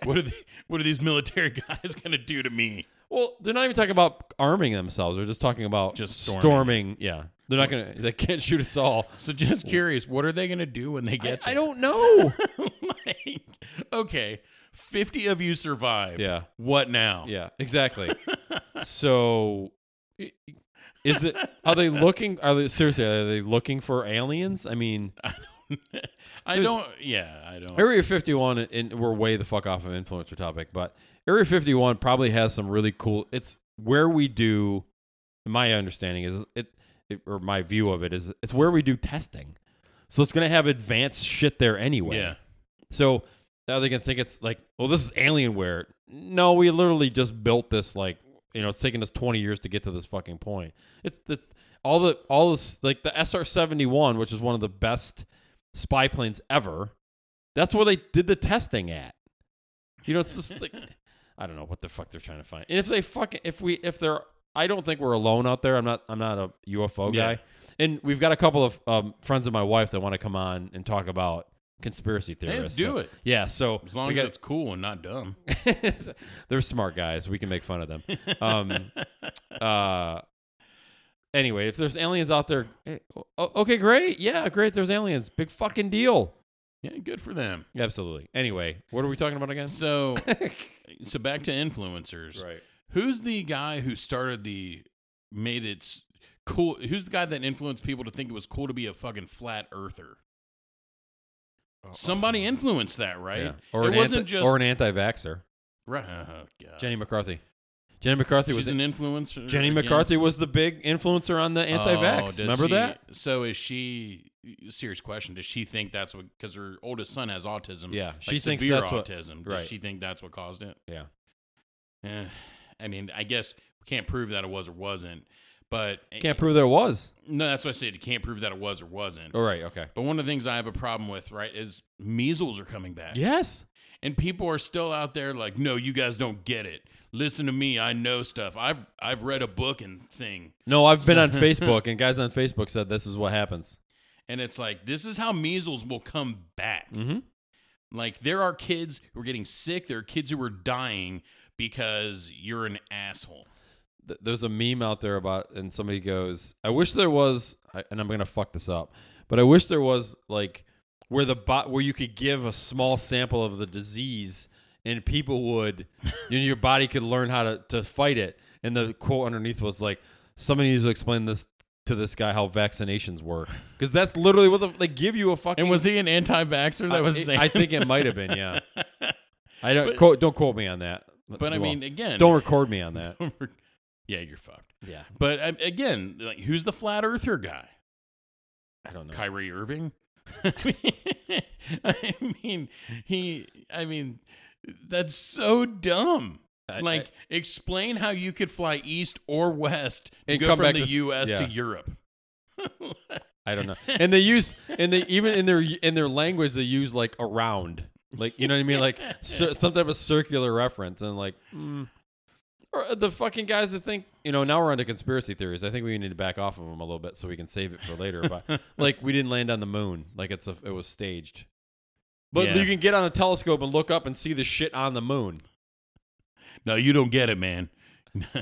Speaker 1: what are the, what are these military guys gonna do to me?
Speaker 2: well they're not even talking about arming themselves they're just talking about
Speaker 1: Just storming.
Speaker 2: storming, yeah they're not gonna they can't shoot us all
Speaker 1: So just curious, what are they gonna do when they
Speaker 2: I,
Speaker 1: get?
Speaker 2: I don't know
Speaker 1: don't. like, okay, 50 of you survived.
Speaker 2: yeah
Speaker 1: What now?
Speaker 2: Yeah, exactly. so, i- is it? Are they looking? Are they seriously? Are they looking for aliens? I mean,
Speaker 1: I
Speaker 2: There's-
Speaker 1: don't. Yeah, I don't.
Speaker 2: Area Fifty One, and we're way the fuck off of influencer topic, but Area Fifty One probably has some really cool. It's where we do. My understanding is it, it or my view of it is it's where we do testing. So it's gonna have advanced shit there anyway.
Speaker 1: yeah.
Speaker 2: So now they can think it's like, well, this is Alienware. No, we literally just built this. Like, you know, it's taken us 20 years to get to this fucking point. It's it's all the all this like the SR-71, which is one of the best spy planes ever. That's where they did the testing at. You know, it's just like I don't know what the fuck they're trying to find. And if they fucking if we if they're I don't think we're alone out there. I'm not I'm not a UFO guy.
Speaker 1: Yeah.
Speaker 2: And we've got a couple of um, friends of my wife that want to come on and talk about conspiracy
Speaker 1: Hey,
Speaker 2: theorists.
Speaker 1: let's do
Speaker 2: So-
Speaker 1: it.
Speaker 2: Yeah, so
Speaker 1: As long
Speaker 2: we
Speaker 1: as
Speaker 2: got-
Speaker 1: it's cool and not dumb.
Speaker 2: they're smart guys. We can make fun of them. Um, uh, anyway, if there's aliens out there, eh, o- okay, great. Yeah, great. There's aliens. Big fucking deal.
Speaker 1: Yeah, good for them.
Speaker 2: Absolutely. Anyway, what are we talking about again?
Speaker 1: So, so back to influencers.
Speaker 2: Right.
Speaker 1: Who's the guy who started the made it s- cool? Who's the guy that influenced people to think it was cool to be a fucking flat earther? Somebody influenced that, right?
Speaker 2: Or
Speaker 1: it
Speaker 2: an
Speaker 1: wasn't
Speaker 2: anti-
Speaker 1: just
Speaker 2: or an anti-vaxer.
Speaker 1: Right, oh, God.
Speaker 2: Jenny McCarthy. Jenny McCarthy
Speaker 1: She's
Speaker 2: was
Speaker 1: an influencer.
Speaker 2: Jenny
Speaker 1: against-
Speaker 2: McCarthy was the big influencer on the
Speaker 1: Oh,
Speaker 2: anti-vax.
Speaker 1: does
Speaker 2: Remember
Speaker 1: she-
Speaker 2: that?
Speaker 1: So is she? Serious question. Does she think that's what? Because her oldest son has autism.
Speaker 2: Yeah,
Speaker 1: like
Speaker 2: she thinks
Speaker 1: severe
Speaker 2: that's what-
Speaker 1: autism. Does
Speaker 2: right.
Speaker 1: she think that's what caused it?
Speaker 2: Yeah.
Speaker 1: Eh, I mean, I guess we can't prove that it was or wasn't. But eh,
Speaker 2: Can't prove there was.
Speaker 1: No, that's what I said. You can't prove that it was or wasn't.
Speaker 2: All right. Okay.
Speaker 1: But one of the things I have a problem with, right, is measles are coming back.
Speaker 2: Yes.
Speaker 1: And people are still out there like, no, you guys don't get it. Listen to me. I know stuff. I've I've read a book and thing.
Speaker 2: No, I've been on Facebook, and guys on Facebook said this is what happens.
Speaker 1: And it's like, this is how measles will come back.
Speaker 2: Mm-hmm.
Speaker 1: Like there are kids who are getting sick. There are kids who are dying because you're an asshole.
Speaker 2: th- there's a meme out there about and somebody goes i wish there was I- and i'm gonna fuck this up but i wish there was like where the bot where you could give a small sample of the disease and people would you know your body could learn how to, to fight it and the quote underneath was like somebody needs to explain this to this guy how vaccinations work because that's literally what the, they give you a fucking
Speaker 1: And was he an anti-vaxxer? That was
Speaker 2: I,
Speaker 1: saying.
Speaker 2: I think it might have been yeah i don't quote don't quote me on that
Speaker 1: but I
Speaker 2: Well,
Speaker 1: mean, again,
Speaker 2: don't record me on that
Speaker 1: yeah, you're fucked.
Speaker 2: yeah
Speaker 1: But um, again, like, who's the flat earther guy?
Speaker 2: i don't know
Speaker 1: Kyrie Irving. I mean, he. I mean, that's so dumb.
Speaker 2: I-
Speaker 1: Like, explain how you could fly east or west to
Speaker 2: And
Speaker 1: go
Speaker 2: come
Speaker 1: from
Speaker 2: back
Speaker 1: the
Speaker 2: to-
Speaker 1: U.S. to
Speaker 2: yeah.
Speaker 1: Europe.
Speaker 2: I don't know. And they use and they even in their in their language they use like around, like you know what I mean, like cir- some type of circular reference, and like mm. or the fucking guys that think you know. Now we're onto conspiracy theories. I think we need to back off of them a little bit so we can save it for later. But like we didn't land on the moon, like it's a it was staged. But
Speaker 1: Yeah.
Speaker 2: you can get on a telescope and look up and see the shit on the moon.
Speaker 1: No, you don't get it, man.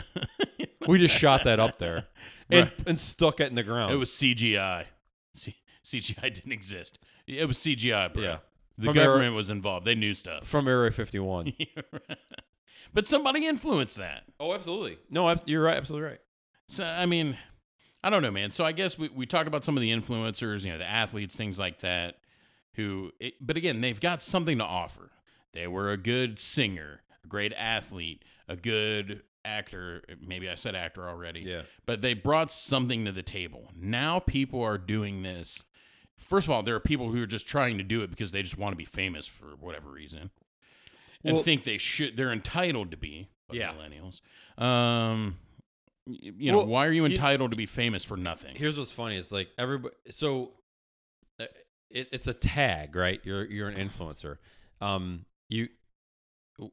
Speaker 2: We just shot that up there and, and stuck it in the ground.
Speaker 1: It was CGI. C- CGI didn't exist. It was CGI, bro.
Speaker 2: Yeah.
Speaker 1: The
Speaker 2: From
Speaker 1: government was involved. They knew stuff.
Speaker 2: from Area 51.
Speaker 1: but somebody influenced that.
Speaker 2: oh, absolutely. No, abs- you're right. Absolutely right.
Speaker 1: So I mean, I don't know, man. So I guess we we talk about some of the influencers, you know, the athletes, things like that. Who, it, but again, they've got something to offer. They were a good singer, a great athlete, a good actor. Maybe I said actor already.
Speaker 2: Yeah.
Speaker 1: But they brought something to the table. Now people are doing this. First of all, there are people who are just trying to do it because they just want to be famous for whatever reason, and
Speaker 2: Well-
Speaker 1: think they should. They're entitled to be. but
Speaker 2: Yeah.
Speaker 1: Millennials. Um, y- you know,
Speaker 2: Well,
Speaker 1: why are you
Speaker 2: you-
Speaker 1: entitled to be famous for nothing?
Speaker 2: Here's what's funny is like everybody. So uh, it, it's a tag, right? You're you're an influencer. Um, you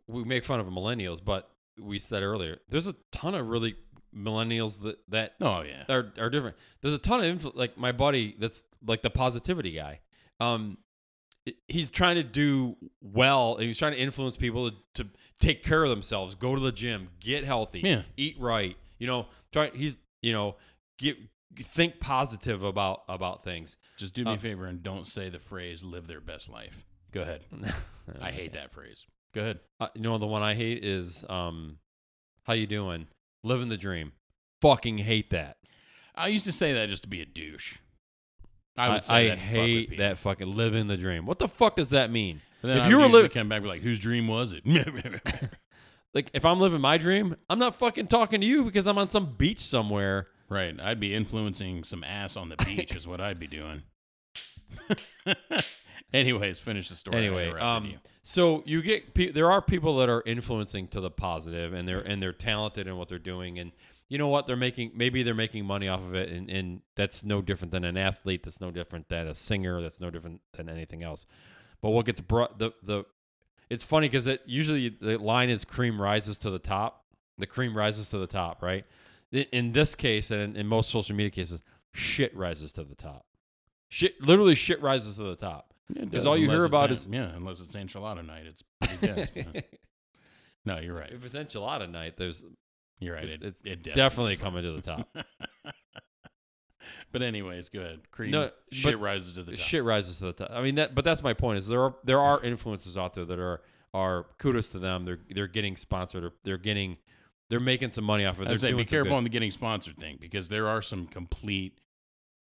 Speaker 2: we make fun of millennials, but we said earlier there's a ton of really millennials that that
Speaker 1: oh yeah,
Speaker 2: are are different. There's a ton of influ- like my buddy that's like the positivity guy. Um, i- he's trying to do well, and he's trying to influence people to, to take care of themselves, go to the gym, get healthy,
Speaker 1: Yeah.
Speaker 2: eat right. You know, try. He's you know, get think positive about about things.
Speaker 1: just do me
Speaker 2: Uh,
Speaker 1: a favor and don't say the phrase "live their best life." Go ahead. I hate that phrase. Go ahead.
Speaker 2: Uh, you know, the one I hate is um, how you doing? Living the dream. Fucking hate that.
Speaker 1: I used to say that just to be a douche. I
Speaker 2: I,
Speaker 1: would
Speaker 2: I,
Speaker 1: say that to fuck with
Speaker 2: hate
Speaker 1: people.
Speaker 2: that fucking living the dream. What the fuck does that mean?
Speaker 1: But then
Speaker 2: If
Speaker 1: I
Speaker 2: you
Speaker 1: would
Speaker 2: were
Speaker 1: usually
Speaker 2: li-
Speaker 1: come back and be like, whose dream was it?
Speaker 2: Like if I'm living my dream, I'm not fucking talking to you because I'm on some beach somewhere.
Speaker 1: right. I'd be influencing some ass on the beach is what I'd be doing. Anyways, finish the story. I
Speaker 2: Anyway,
Speaker 1: interrupted
Speaker 2: um,
Speaker 1: you.
Speaker 2: so you get pe- there are people that are influencing to the positive, and they're and they're talented in what they're doing, and you know what they're making. Maybe they're making money off of it, and and that's no different than an athlete. That's no different than a singer. That's no different than anything else. But what gets brought the the it's funny because it usually the line is cream rises to the top. The cream rises to the top, right? I- In this case, and in, in most social media cases, shit rises to the top. Shit, literally, shit rises to the top.
Speaker 1: does,
Speaker 2: all you
Speaker 1: unless
Speaker 2: hear
Speaker 1: it's
Speaker 2: about
Speaker 1: an-
Speaker 2: is-
Speaker 1: yeah, unless it's enchilada night, it's pretty dense. yeah. no, you're right.
Speaker 2: If it's enchilada night, there's
Speaker 1: You're right. It,
Speaker 2: It-
Speaker 1: it,
Speaker 2: it's definitely
Speaker 1: definitely.
Speaker 2: coming to the top.
Speaker 1: But anyways, go ahead. Cream
Speaker 2: No,
Speaker 1: shit
Speaker 2: but-
Speaker 1: rises to the top.
Speaker 2: Shit rises to the top. I mean, that, but that's my point. Is there are there are influencers out there that are are kudos to them. They're they're getting sponsored. Or they're getting they're making some money off of. it.
Speaker 1: I
Speaker 2: They're
Speaker 1: say be
Speaker 2: doing some
Speaker 1: careful
Speaker 2: good.
Speaker 1: on the getting sponsored thing because there are some complete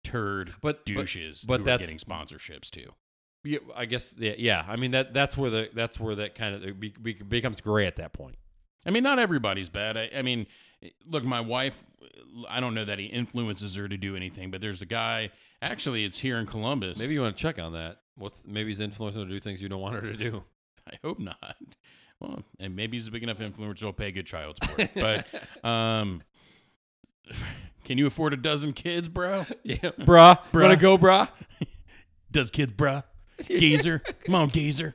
Speaker 1: turd
Speaker 2: But- but-
Speaker 1: douches
Speaker 2: but
Speaker 1: who are
Speaker 2: that's-
Speaker 1: getting sponsorships too.
Speaker 2: Yeah, I guess yeah, yeah. I mean that that's where the that's where that kind of it be, be, becomes gray at that point.
Speaker 1: I mean, not everybody's bad. I, I mean, look, my wife, I don't know that he influences her to do anything, but there's a guy, actually, it's here in Columbus.
Speaker 2: Maybe you want to check on that. What's maybe he's influencing her to do things you don't want her to do.
Speaker 1: I hope not. Well, and maybe he's a big enough influencer he'll pay good child support. but um, can you afford a dozen kids, bro?
Speaker 2: yeah, bruh,
Speaker 1: Bruh.
Speaker 2: wanna go, bruh?
Speaker 1: Does kids, bruh? Gazer. Come on, Gazer.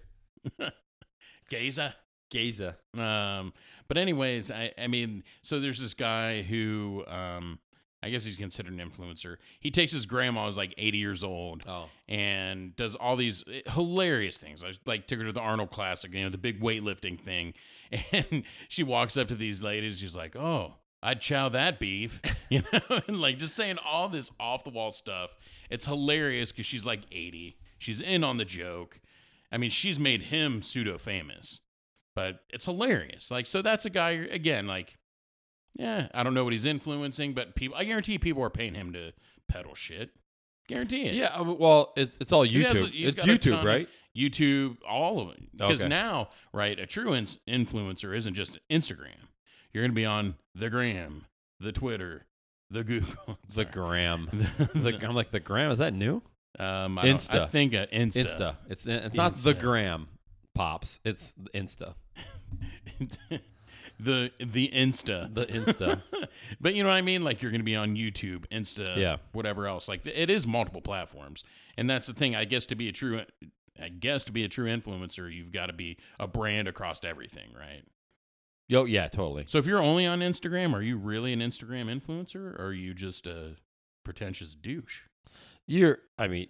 Speaker 1: Gazer.
Speaker 2: Gaza.
Speaker 1: Um, but anyways, I, I mean, so there's this guy who, um, I guess he's considered an influencer. He takes his grandma who's like 80 years old
Speaker 2: Oh,
Speaker 1: and does all these eh, hilarious things. I like took her to the Arnold Classic, you know, the big weightlifting thing, and she walks up to these ladies. She's like, "Oh, I'd chow that beef," you know, and like just saying all this off the wall stuff. It's hilarious because she's like eighty. She's in on the joke. I mean, she's made him pseudo famous, but it's hilarious. Like, so that's a guy again. Like, yeah, I don't know what he's influencing, but people, I guarantee people are paying him to peddle shit. Guarantee it.
Speaker 2: yeah. I mean, Well, it's it's all
Speaker 1: He has-
Speaker 2: YouTube.
Speaker 1: he's
Speaker 2: it's
Speaker 1: got a
Speaker 2: YouTube,
Speaker 1: ton-
Speaker 2: right?
Speaker 1: YouTube, all of it. Because
Speaker 2: Okay.
Speaker 1: now, right, a true in- influencer isn't just Instagram. You're going to be on the gram, the Twitter, the Google,
Speaker 2: The gram.
Speaker 1: the,
Speaker 2: The, I'm like the gram. Is that new?
Speaker 1: um, I, don't- I
Speaker 2: Insta.
Speaker 1: think uh, Insta.
Speaker 2: Insta. It's it's not the
Speaker 1: Insta.
Speaker 2: gram pops. It's Insta.
Speaker 1: the the Insta.
Speaker 2: The Insta.
Speaker 1: but you know what I mean? Like you're going to be on YouTube, Insta,
Speaker 2: Yeah.
Speaker 1: whatever else. Like th- it is multiple platforms, and that's the thing. I guess to be a true, I guess to be a true influencer, you've got to be a brand across everything, right?
Speaker 2: Yo, yeah, totally.
Speaker 1: So if you're only on Instagram, are you really an Instagram influencer, or are you just a pretentious douche?
Speaker 2: You're. I mean,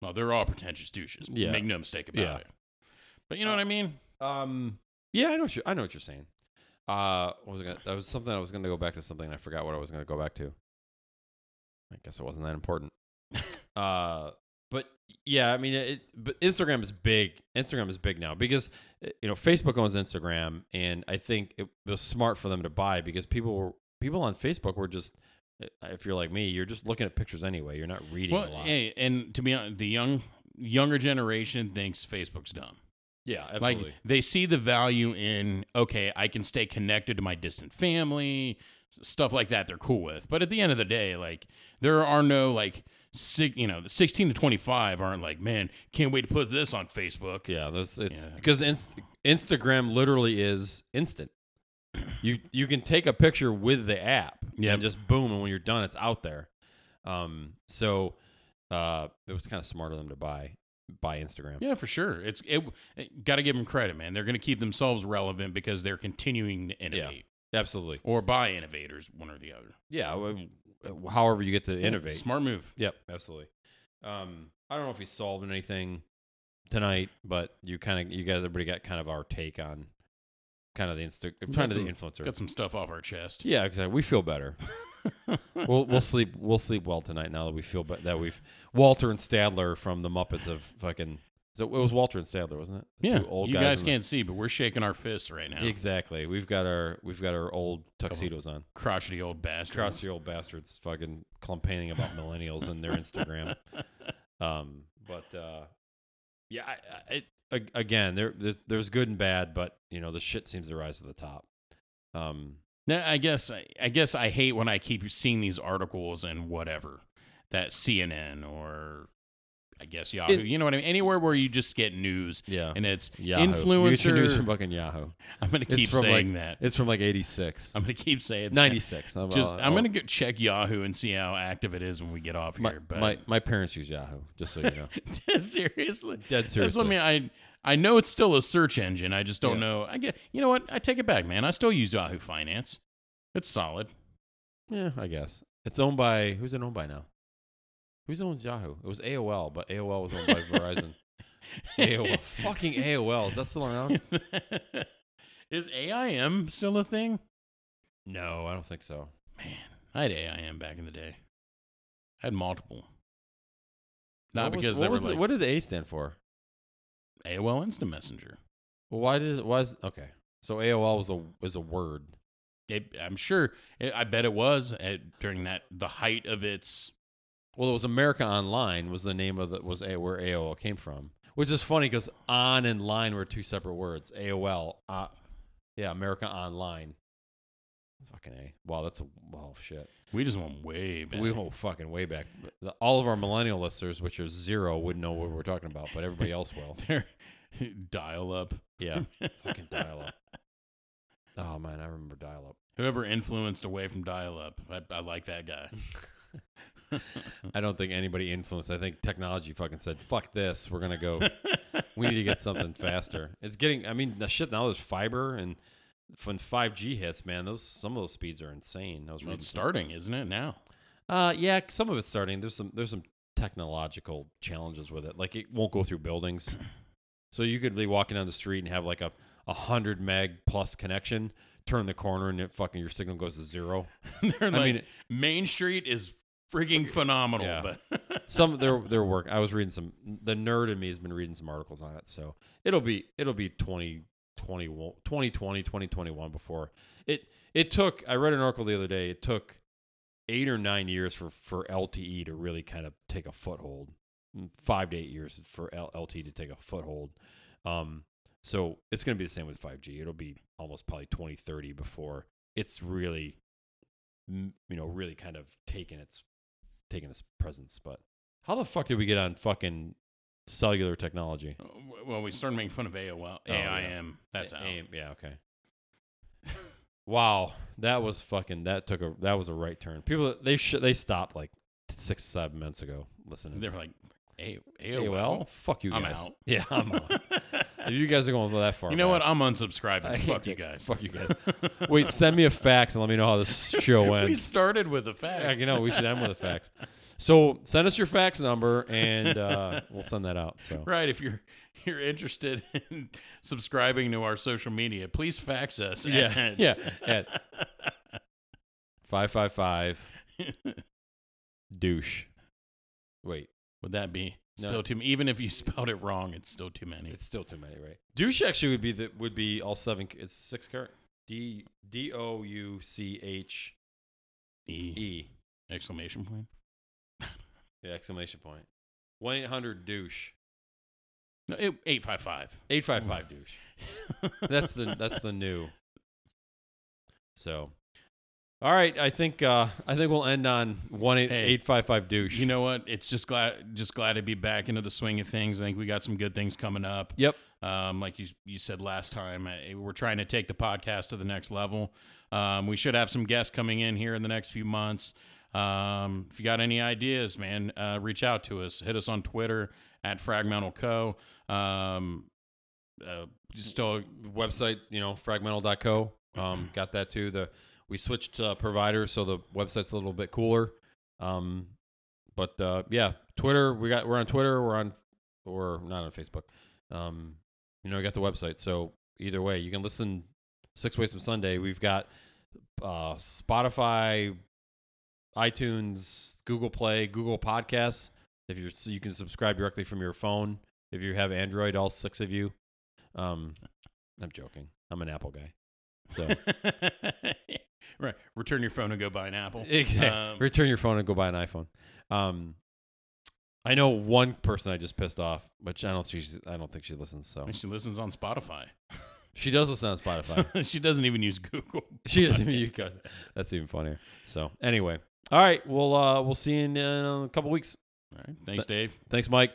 Speaker 1: Well, they're all pretentious douches.
Speaker 2: Yeah.
Speaker 1: Make no mistake about
Speaker 2: Yeah.
Speaker 1: it. But you know what I mean?
Speaker 2: um, yeah, I know. What you, I know what you're saying. Uh, what was I gonna, that was something I was going to go back to something. and I forgot what I was going to go back to. I guess it wasn't that important. uh, but yeah, I mean, it, but Instagram is big. Instagram is big now because uh, you know Facebook owns Instagram, and I think it was smart for them to buy because people were people on Facebook were just. uh, If you're like me, you're just looking at pictures anyway. You're not reading a
Speaker 1: Well,
Speaker 2: lot.
Speaker 1: hey, and to be honest, the young younger generation thinks Facebook's dumb.
Speaker 2: yeah, absolutely.
Speaker 1: Like they see the value in okay, I can stay connected to my distant family, s- stuff like that. They're cool with, but at the end of the day, like there are no like six, you know, the sixteen to twenty five aren't like man, can't wait to put this on Facebook.
Speaker 2: Yeah, that's it's
Speaker 1: Yeah.
Speaker 2: because inst- Instagram literally is instant. You you can take a picture with the app
Speaker 1: Yep.
Speaker 2: and just boom, and when you're done, it's out there. Um, so uh, it was kind of smart of them to buy buy Instagram.
Speaker 1: Yeah, for sure. It's it, got to give them credit, man. They're going to keep themselves relevant because they're continuing to innovate
Speaker 2: Absolutely.
Speaker 1: or by innovators, one or the other.
Speaker 2: Yeah. w- w- However, you get to innovate.
Speaker 1: Smart move.
Speaker 2: Yep. Absolutely. Um, I don't know if we solved anything tonight, but you kind of you guys everybody got kind of our take on kind of the Insta, kind of the
Speaker 1: some-
Speaker 2: influencer.
Speaker 1: Got some stuff off our chest.
Speaker 2: Yeah, exactly. We feel better. we'll we'll sleep we'll sleep well tonight now that we feel be- that we've Walter and Stadler from the Muppets of fucking so it was Walter and Stadler, wasn't it? The
Speaker 1: Yeah,
Speaker 2: two old
Speaker 1: you
Speaker 2: guys,
Speaker 1: guys,
Speaker 2: in the-
Speaker 1: can't see, but we're shaking our fists right now.
Speaker 2: exactly. We've got our we've got our old tuxedos on.
Speaker 1: Crotchety old bastard.
Speaker 2: Crotchety old bastards, fucking complaining about millennials and their Instagram. Um, but uh, yeah, I, I, it, ag- again, there there's, there's good and bad, but you know the shit seems to rise to the top. Um,
Speaker 1: Now, I guess I, I guess I hate when I keep seeing these articles and whatever that CNN or I guess Yahoo.
Speaker 2: It- Uh,
Speaker 1: you know what I mean? Anywhere where you just get news
Speaker 2: yeah,
Speaker 1: and it's
Speaker 2: Yahoo. You get your news
Speaker 1: influencer.
Speaker 2: from fucking Yahoo.
Speaker 1: I'm gonna
Speaker 2: It's
Speaker 1: keep
Speaker 2: from, like,
Speaker 1: saying that.
Speaker 2: It's from like 86.
Speaker 1: I'm gonna keep saying that.
Speaker 2: 96. I'm, I'll-
Speaker 1: Just I'm gonna
Speaker 2: I'll-
Speaker 1: go check Yahoo and see how active it is when we get off
Speaker 2: oh. my,
Speaker 1: here. But
Speaker 2: my, my parents use Yahoo, just so you know.
Speaker 1: seriously,
Speaker 2: Dead
Speaker 1: That's what I
Speaker 2: seriously.
Speaker 1: mean. I I know it's still a search engine. I just don't
Speaker 2: Yeah.
Speaker 1: know. I get you know what? I take it back, man. I still use Yahoo Finance. It's solid.
Speaker 2: yeah, I guess. It's owned by, who's it owned by now? Who's owns Yahoo? It was AOL, but AOL was owned by Verizon. AOL. Fucking AOL. Is that still around?
Speaker 1: Is AIM still a thing?
Speaker 2: No, I don't think so.
Speaker 1: Man, I had AIM back in the day. I had multiple. Not
Speaker 2: What was-
Speaker 1: because
Speaker 2: what,
Speaker 1: they were
Speaker 2: was the-
Speaker 1: like
Speaker 2: what did the A stand for?
Speaker 1: AOL Instant Messenger.
Speaker 2: Well, why did it, why is, okay. So AOL was a, was a word.
Speaker 1: It, I'm sure. It, I bet it was at, during that the height of its.
Speaker 2: Well, it was America Online was the name of the was a, where AOL came from, which is funny because on and line were two separate words. AOL, uh, yeah, America Online. Fucking a! Wow, that's a wow shit.
Speaker 1: We just went way back.
Speaker 2: We go fucking way back. The- All of our millennial listeners, which are zero, wouldn't know what we're talking about, but everybody else will.
Speaker 1: there. Dial up.
Speaker 2: Yeah, fucking dial up. Oh man, I remember dial up.
Speaker 1: Whoever influenced away from dial up, I, I like that guy.
Speaker 2: I don't think anybody influenced. I think technology fucking said, "Fuck this, we're gonna go. we need to get something faster." It's getting. I mean, the shit now. There's fiber, and when five G hits, man, those some of those speeds are insane. I was reading.
Speaker 1: it's
Speaker 2: some-
Speaker 1: starting, isn't it now?
Speaker 2: Uh, yeah, some of it's starting. There's some there's some technological challenges with it. Like it won't go through buildings, so you could be walking down the street and have like a a hundred meg plus connection. Turn the corner and it fucking your signal goes to zero.
Speaker 1: They're like,
Speaker 2: mean-
Speaker 1: Main Street is freaking phenomenal,
Speaker 2: Yeah.
Speaker 1: but
Speaker 2: some their their work. I was reading some. The nerd in me has been reading some articles on it, so it'll be it'll be 20, 21 2020, 2021 before it. It took. I read an article the other day. It took eight or nine years for for LTE to really kind of take a foothold. mm, Five to eight years for L- LTE to take a foothold. Um, so it's going to be the same with five G. It'll be almost probably twenty thirty before it's really, m- you know, really kind of taken its taken its presence. But how the fuck did we get on fucking cellular technology?
Speaker 1: well, we started making fun of AOL,
Speaker 2: Oh, yeah.
Speaker 1: AIM. That's
Speaker 2: A-
Speaker 1: out.
Speaker 2: AIM, yeah, okay. Wow, that was fucking. That took a. That was a right turn. People they sh- they stopped like six seven minutes ago. Listening.
Speaker 1: They're like, A- AOL.
Speaker 2: AOL. Fuck you
Speaker 1: I'm
Speaker 2: guys.
Speaker 1: out.
Speaker 2: Yeah, I'm out. if you guys are going that far,
Speaker 1: You know
Speaker 2: back,
Speaker 1: what? I'm unsubscribing.
Speaker 2: I can't
Speaker 1: Fuck you
Speaker 2: take-
Speaker 1: guys.
Speaker 2: Fuck you guys. Wait, send me a fax and let me know how this show
Speaker 1: we
Speaker 2: ends.
Speaker 1: started with a fact.
Speaker 2: Yeah, you know, we should end with a fax. So send us your fax number and uh, we'll send that out. So
Speaker 1: Right. If you're you're interested in subscribing to our social media, please fax us.
Speaker 2: yeah,
Speaker 1: at-
Speaker 2: yeah. At five five five douche. Wait,
Speaker 1: Would that be
Speaker 2: No.
Speaker 1: still too? Even if you spelled it wrong, it's still too many.
Speaker 2: it's still too many, right? Douche actually would be the would be all seven. It's six current. D D O U C H
Speaker 1: E
Speaker 2: E.
Speaker 1: exclamation point.
Speaker 2: Yeah, exclamation point. One eight hundred douche.
Speaker 1: No, it, eight five five.
Speaker 2: Eight five five douche. That's the that's the new. So, all right, I think uh I think we'll end on one eight
Speaker 1: Hey,
Speaker 2: eight five five douche.
Speaker 1: You know what? It's just glad just glad to be back into the swing of things. I think we got some good things coming up.
Speaker 2: Yep.
Speaker 1: Um, like you you said last time, I, we're trying to take the podcast to the next level. Um, we should have some guests coming in here in the next few months. Um, if you got any ideas, man, uh, reach out to us. Hit us on Twitter at Fragmental Co. Um, uh, just still
Speaker 2: website, you know, fragmental.co. Um, got that too. The we switched uh, providers, so the website's a little bit cooler. Um, but uh, yeah, Twitter. We got we're on Twitter. We're on or not on Facebook. Um, you know, we got the website. So either way, you can listen six ways from Sunday. We've got uh, Spotify, iTunes, Google Play, Google Podcasts. If you're so you can subscribe directly from your phone. If you have Android, all six of you. Um, I'm joking. I'm an Apple guy. So
Speaker 1: right. Return your phone and go buy an apple.
Speaker 2: Exactly.
Speaker 1: Um,
Speaker 2: return your phone and go buy an iPhone. Um, I know one person I just pissed off, which I don't think she I don't think she listens. So
Speaker 1: and she listens on Spotify.
Speaker 2: she does listen on Spotify.
Speaker 1: she doesn't even use Google.
Speaker 2: she doesn't. You got
Speaker 1: né?
Speaker 2: that's even funnier. So anyway, all right. We'll uh, we'll see you in uh, a couple weeks.
Speaker 1: All right. Thanks, Dave.
Speaker 2: Thanks, Mike.